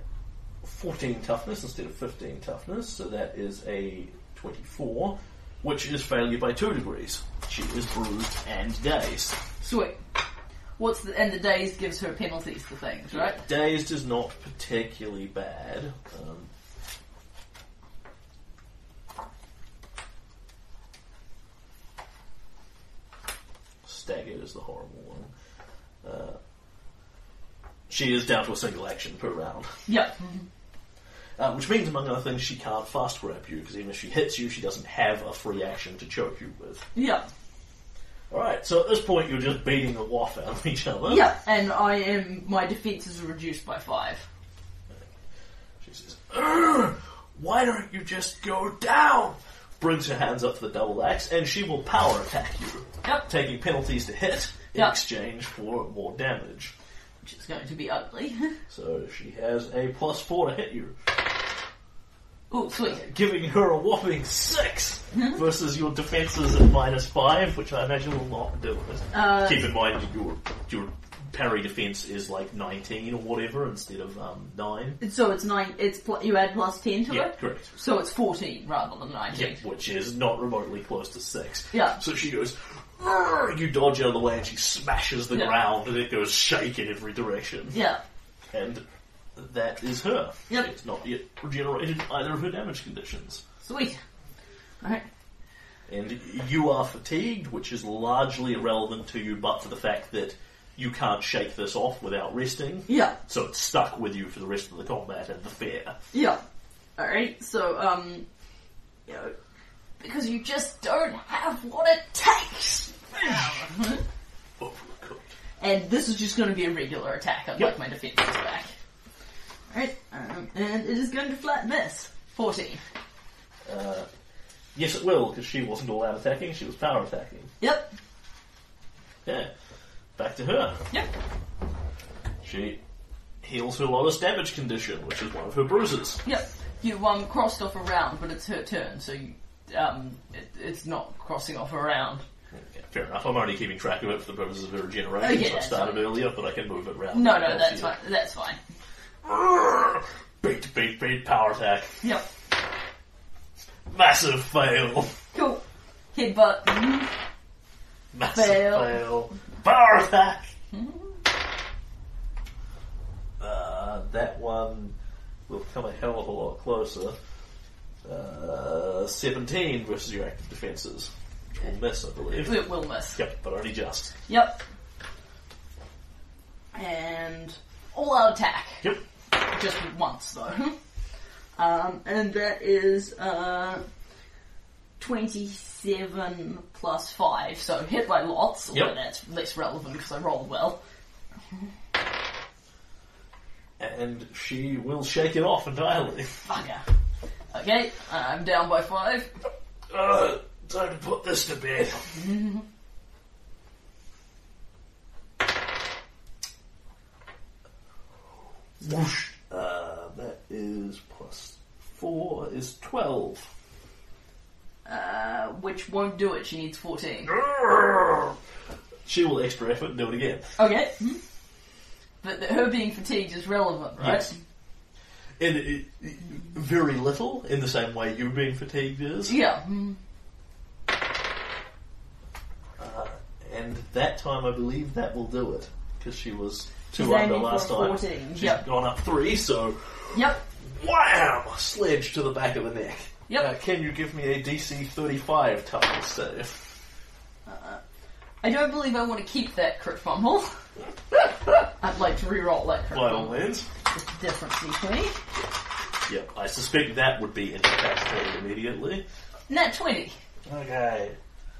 fourteen toughness instead of fifteen toughness. So that is a twenty-four. which is failure by two degrees. She is bruised and dazed.
Sweet. What's the and the days gives her penalties for things, right?
Dazed is not particularly bad. Um, staggered is the horrible one. Uh, she is down to a single action per round.
Yep.
Uh, which means, among other things, she can't fast grab you, because even if she hits you, she doesn't have a free action to choke you with.
Yep.
Alright, so at this point, you're just beating the waff out of each other.
Yep. And I am my defenses are reduced by five.
She says, "Urgh, Why don't you just go down? Brings her hands up for the double axe, and she will power attack you,
Yep.
taking penalties to hit in
Yep.
exchange for more damage.
Which is going to be ugly.
So she has a plus four to hit you,
oh, sweet.
giving her a whopping six versus your defenses at minus five, which I imagine will not do it.
Uh,
Keep in mind that your your parry defense is like nineteen or whatever instead of um nine.
So it's nine. It's pl- you add plus ten to
Yeah,
it.
correct.
So it's fourteen rather than
Yeah,
nineteen.
which is not remotely close to six.
Yeah.
So she goes, "Urgh," you dodge out of the way and she smashes the
Yeah.
ground and it goes shake in every direction.
Yeah.
And that is her.
Yep.
It's not yet regenerated either of her damage conditions.
Sweet. Alright.
And you are fatigued, which is largely irrelevant to you but for the fact that you can't shake this off without resting.
Yeah.
So it's stuck with you for the rest of the combat and the fair.
Yeah. Alright, so, um, you know, because you just don't have what it takes.
Overcooked.
And this is just going to be a regular attack, unlike
Yep.
my defense is back. Alright, um, and it is going to flat miss. 14.
Uh, Yes, it will, because she wasn't all out attacking, she was power attacking.
Yep,
Yeah. Back to her.
yep.
She heals her lowest damage condition, which is one of her bruises.
Yep. You um crossed off a round, but it's her turn, so you, um it, it's not crossing off a round.
Yeah, fair enough. I'm only keeping track of it for the purposes of her regeneration. so I
Okay, Oh, that's
started
fine.
earlier, but I can move it around.
No, no, that's fine. That's fine.
fine. Beat, beat, beat, power attack.
Yep.
Massive fail.
Cool. Headbutt.
Massive fail.
Fail. Hmm.
Power attack. Uh, that one will come a hell of a lot closer. Uh, 17 versus your active defences. Which will miss, I believe.
It will miss.
Yep, but only just.
Yep. And all out attack.
Yep.
Just once though. Um, and that is uh, 27 plus 5, so hit by lots, although
Yep.
that's less relevant because I rolled well.
And she will shake it off entirely.
Bugger. Okay, I'm down by 5.
Uh, time to put this to bed. Whoosh. Uh, that is plus four is twelve.
Uh, which won't do it, she needs 14.
She will extra effort and do it again.
Okay. hmm. But th- her being fatigued is relevant, right?
Yes. And it, it- very little, in the same way you being fatigued is.
Yeah. hmm.
And that time, I believe that will do it because she was two
She's
under
aiming for
last
a
time.
14,
She's
yep.
gone up three, so
Yep.
wham! Sledge to the back of the neck.
Yep.
Uh, can you give me a DC 35 toughness save?
I don't believe I want to keep that crit fumble. I'd like to re-roll that crit
By all
fumble.
means.
It's the difference between
Yep. I suspect that would be incapacitated immediately.
nat twenty.
Okay.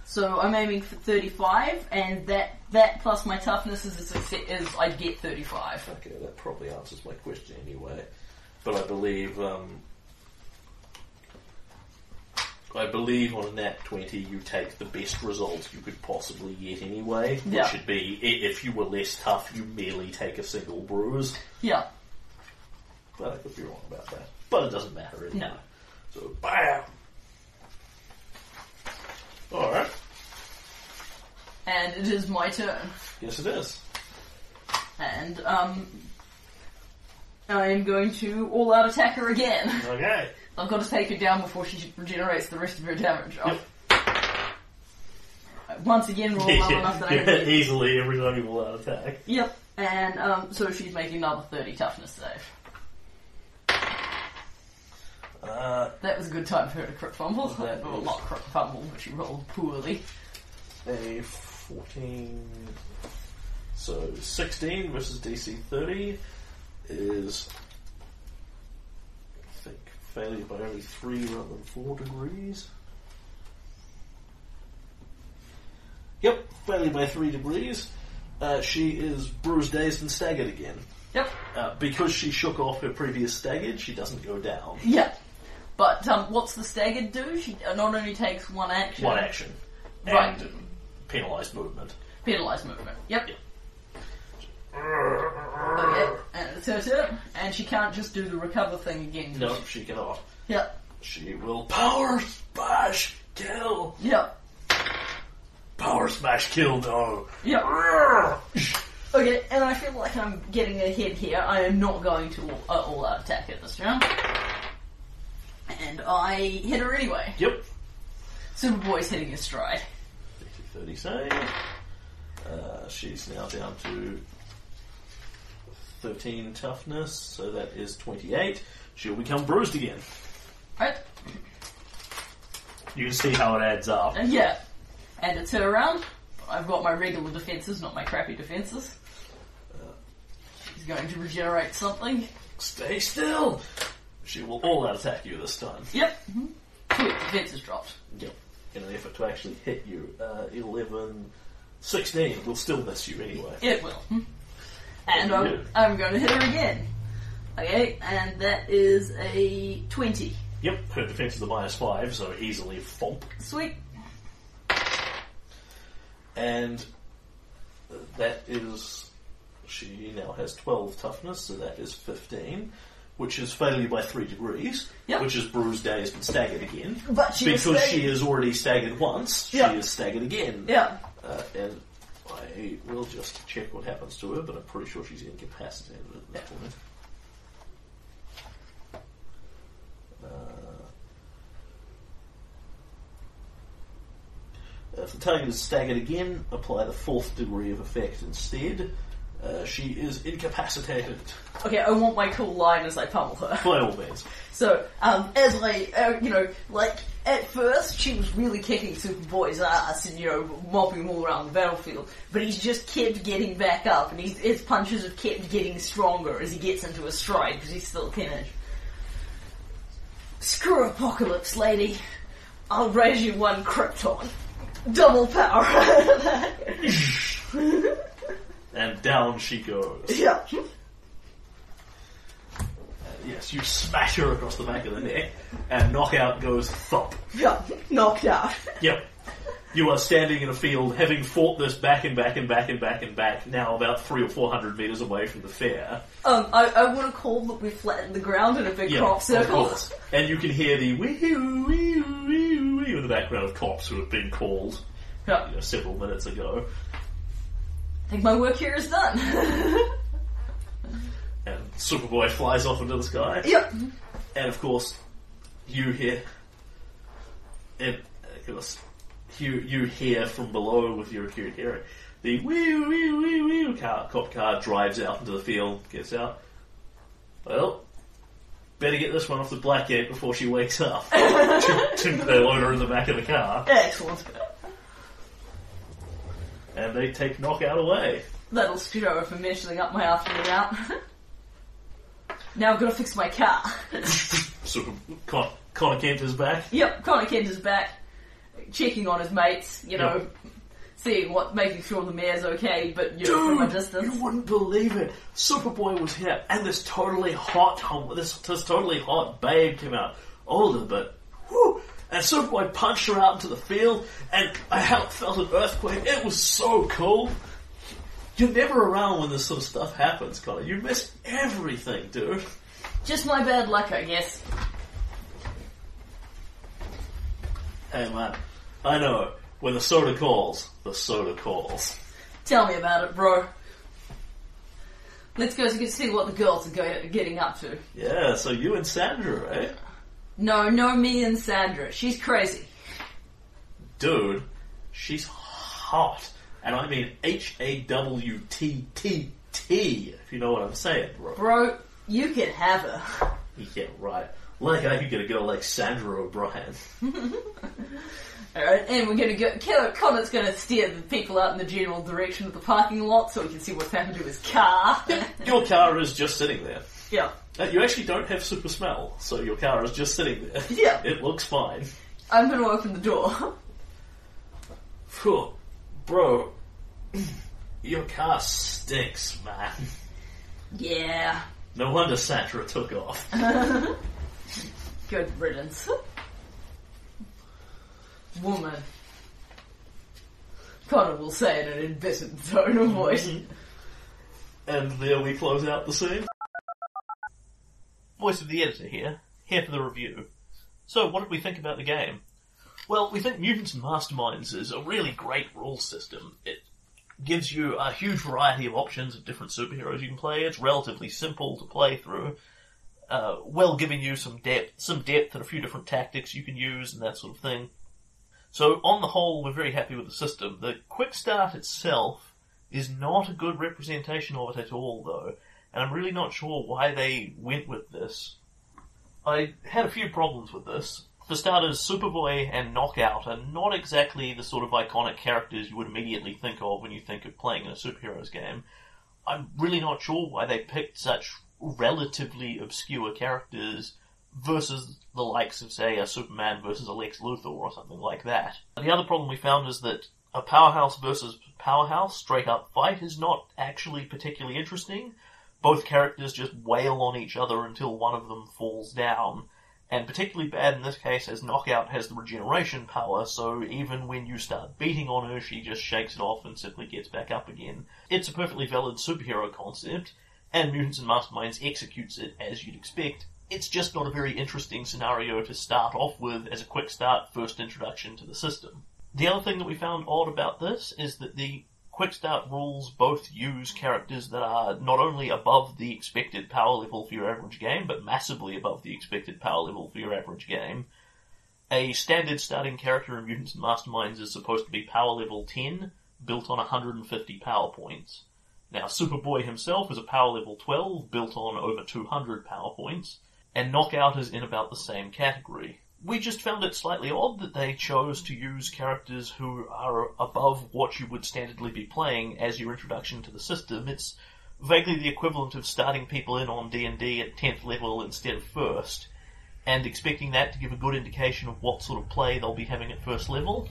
So I'm aiming for thirty-five, and that that plus my toughness is a success. Is I'd get thirty-five.
Okay, that probably answers my question anyway. But I believe, um, I believe on a nat 20 you take the best result you could possibly get anyway.
Yeah.
Which should be, i- if you were less tough, you merely take a single bruise.
Yeah.
But I could be wrong about that. But it doesn't matter anyway.
No.
So, bam! Alright.
And it is my turn.
Yes, it is.
And um, I am going to all-out attack her again.
Okay.
I've got to take her down before she regenerates the rest of her damage.
Yep.
Oh, Uh, Once again, roll low enough that I can
yeah, easily every time you roll out attack.
Yep, and um, so she's making another 30 toughness save.
Uh,
That was a good time for her to crit fumble.
That
well,
is-
not crit fumble, but she rolled poorly.
a 14. So 16 versus DC 30 is. I think failure by only 3 rather than 4 degrees. Yep, failure by 3 degrees. Uh, she is bruised, dazed, and staggered again.
Yep,
Uh, because she shook off her previous staggered, she doesn't go down.
yep. But um, what's the staggered do? She uh, not only takes one action,
One action. And
Right.
penalised movement.
penalised movement. Yep. Okay, and it's her turn, and she can't just do the recover thing again. can
No,
she?
she cannot.
Yep,
She will power smash kill.
yep,
Power smash kill. No.
yep. Okay, and I feel like I'm getting ahead here. I am not going to all, uh, all out attack at this round. And I hit her anyway.
Yep.
Superboy's hitting his stride.
50, 30 save. Uh, she's now down to 13 toughness, so that is 28. She'll become bruised again.
Right?
You can see how it adds up.
And yeah. And it's her round. I've got my regular defenses, not my crappy defenses. She's going to regenerate something.
Stay still. She will all out attack you this time.
Yep. Mhm. Quick, defense is dropped.
Yep. In an effort to actually hit you. Uh, 11, 16 will still miss you anyway.
It will. Hmm. And
Yeah.
I'm, I'm going to hit her again. Okay, and that is a 20.
Yep, her defense is a minus five, so easily fomp.
Sweet.
And that is. She now has 12 toughness, so that is 15, which is failure by 3 degrees,
Yep.
which is bruised, dazed, and staggered again.
But she was
because she
staggered.
is already staggered once,
Yeah.
she is staggered again.
Yeah.
Uh, and I will just check what happens to her, but I'm pretty sure she's incapacitated at this point. Uh, if uh, the target is staggered again, apply the fourth degree of effect instead. Uh, she is incapacitated.
Okay, I want my cool line as I pummel her.
By all means.
So, um, as I, uh, you know, like, at first she was really kicking Superboy's ass and, you know, mopping him all around the battlefield, but he's just kept getting back up and he's, his punches have kept getting stronger as he gets into a stride because he's still teenage. Screw Apocalypse, lady. I'll raise you one Krypton. Double power.
And down she goes.
yeah.
Yes, you smash her across the back of the neck, and knockout goes thump.
Yeah. Knocked out.
Yep. You are standing in a field, having fought this back and back and back and back and back, now about three or four hundred meters away from the fair.
Um, I, I would have called that we flattened the ground in a big crop circle.
of course. And you can hear the wee wee wee wee in the background of cops who have been called
Yeah.
you know, several minutes ago.
I think my work here is done.
And Superboy flies off into the sky.
yep.
And of course, you hear, and of course, you you hear from below with your acute hearing. The wee wee wee wee car, cop car drives out into the field, gets out. Well, better get this one off the black gate before she wakes up. Tim, they load her in the back of the car,
Excellent.
and they take knockout away.
That'll speed over for measuring up my afternoon out. now I've got to fix my car.
Super Con- Connor Kent is back.
yep, Connor Kent is back, checking on his mates, you know, seeing what, making sure the mayor's okay, but you know, from a
Dude,
distance.
you wouldn't believe it. Superboy was here, and this totally hot, hom- this this totally hot babe came out, Oh, older but, whew, and Superboy punched her out into the field, and I hel- felt an earthquake. It was so cool. You're never around when this sort of stuff happens, Connor. You miss everything, dude.
Just my bad luck, I guess.
Hey man, I know when the soda calls, the soda calls.
Tell me about it, bro. Let's go to see what the girls are go- getting up to.
Yeah, so you and Sandra, eh? right?
No, no, me and Sandra. She's crazy.
Dude, she's hot.
heart. And I mean H A W T T T, if you know what I'm saying, bro.
Bro, you can have her.
Yeah, right. Like I could get a girl like Sandra O'Brien.
Alright, and we're gonna go. Killer Comet's gonna steer the people out in the general direction of the parking lot so we can see what's happened to his car.
Your car is just sitting there.
yeah.
Uh, You actually don't have super smell, so your car is just sitting there.
Yeah.
It looks fine.
I'm gonna open the door.
Phew, bro, your car stinks, man.
yeah.
No wonder Sandra took off.
Good riddance. Woman. Connor will say it in an embittering tone of voice.
and there we close out the scene.
Voice of the editor here, here for the review. So, what did we think about the game? Well, we think Mutants and Masterminds is a really great rule system. It gives you a huge variety of options of different superheroes you can play. It's relatively simple to play through, uh, well giving you some depth, some depth and a few different tactics you can use and that sort of thing. So on the whole, we're very happy with the system. The quick start itself is not a good representation of it at all, though, and I'm really not sure why they went with this. I had a few problems with this. For starters, Superboy and Knockout are not exactly the sort of iconic characters you would immediately think of when you think of playing in a superheroes game. I'm really not sure why they picked such relatively obscure characters versus the likes of, say, a Superman versus a Lex Luthor or something like that. The other problem we found is that a powerhouse versus powerhouse straight up fight is not actually particularly interesting. Both characters just wail on each other until one of them falls down. And particularly bad in this case as Knockout has the regeneration power, so even when you start beating on her, she just shakes it off and simply gets back up again. It's a perfectly valid superhero concept, and Mutants and Masterminds executes it as you'd expect. It's just not a very interesting scenario to start off with as a quick start first introduction to the system. The other thing that we found odd about this is that the quick start rules both use characters that are not only above the expected power level for your average game, but massively above the expected power level for your average game. A standard starting character in Mutants and Masterminds is supposed to be power level 10, built on 150 power points. Now, Superboy himself is a power level 12, built on over 200 power points, and Knockout is in about the same category. We just found it slightly odd that they chose to use characters who are above what you would standardly be playing as your introduction to the system. It's vaguely the equivalent of starting people in on D&D at 10th level instead of first, and expecting that to give a good indication of what sort of play they'll be having at first level.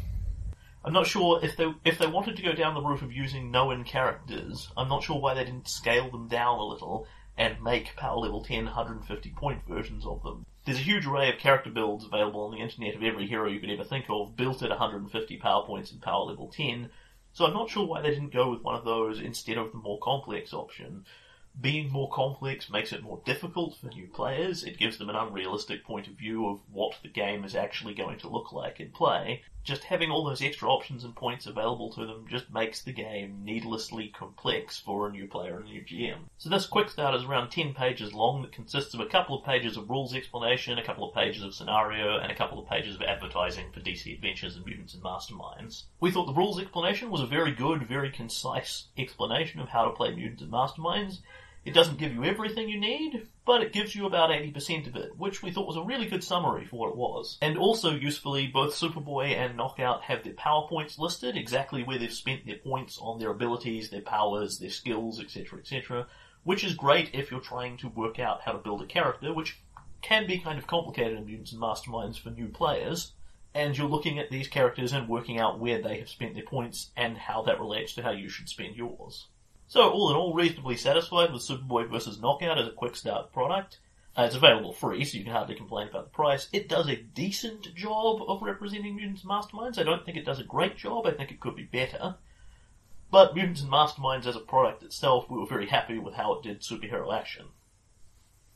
I'm not sure if they if they wanted to go down the route of using known characters. I'm not sure why they didn't scale them down a little and make power level 10 150 point versions of them. There's a huge array of character builds available on the internet of every hero you could ever think of, built at 150 power points and power level 10. So I'm not sure why they didn't go with one of those instead of the more complex option. Being more complex makes it more difficult for new players. It gives them an unrealistic point of view of what the game is actually going to look like in play. Just having all those extra options and points available to them just makes the game needlessly complex for a new player and a new GM. So this quick start is around 10 pages long that consists of a couple of pages of rules explanation, a couple of pages of scenario, and a couple of pages of advertising for DC Adventures and Mutants and Masterminds. We thought the rules explanation was a very good, very concise explanation of how to play Mutants and Masterminds. It doesn't give you everything you need, but it gives you about 80% of it, which we thought was a really good summary for what it was. And also usefully, both Superboy and Knockout have their power points listed, exactly where they've spent their points on their abilities, their powers, their skills, etc., etc., which is great if you're trying to work out how to build a character, which can be kind of complicated in Mutants and Masterminds for new players. And you're looking at these characters and working out where they have spent their points and how that relates to how you should spend yours. So, all in all, reasonably satisfied with Superboy vs. Knockout as a quick start product. Uh, it's available free, so you can hardly complain about the price. It does a decent job of representing mutants and masterminds. I don't think it does a great job. I think it could be better. But mutants and masterminds as a product itself, we were very happy with how it did superhero action.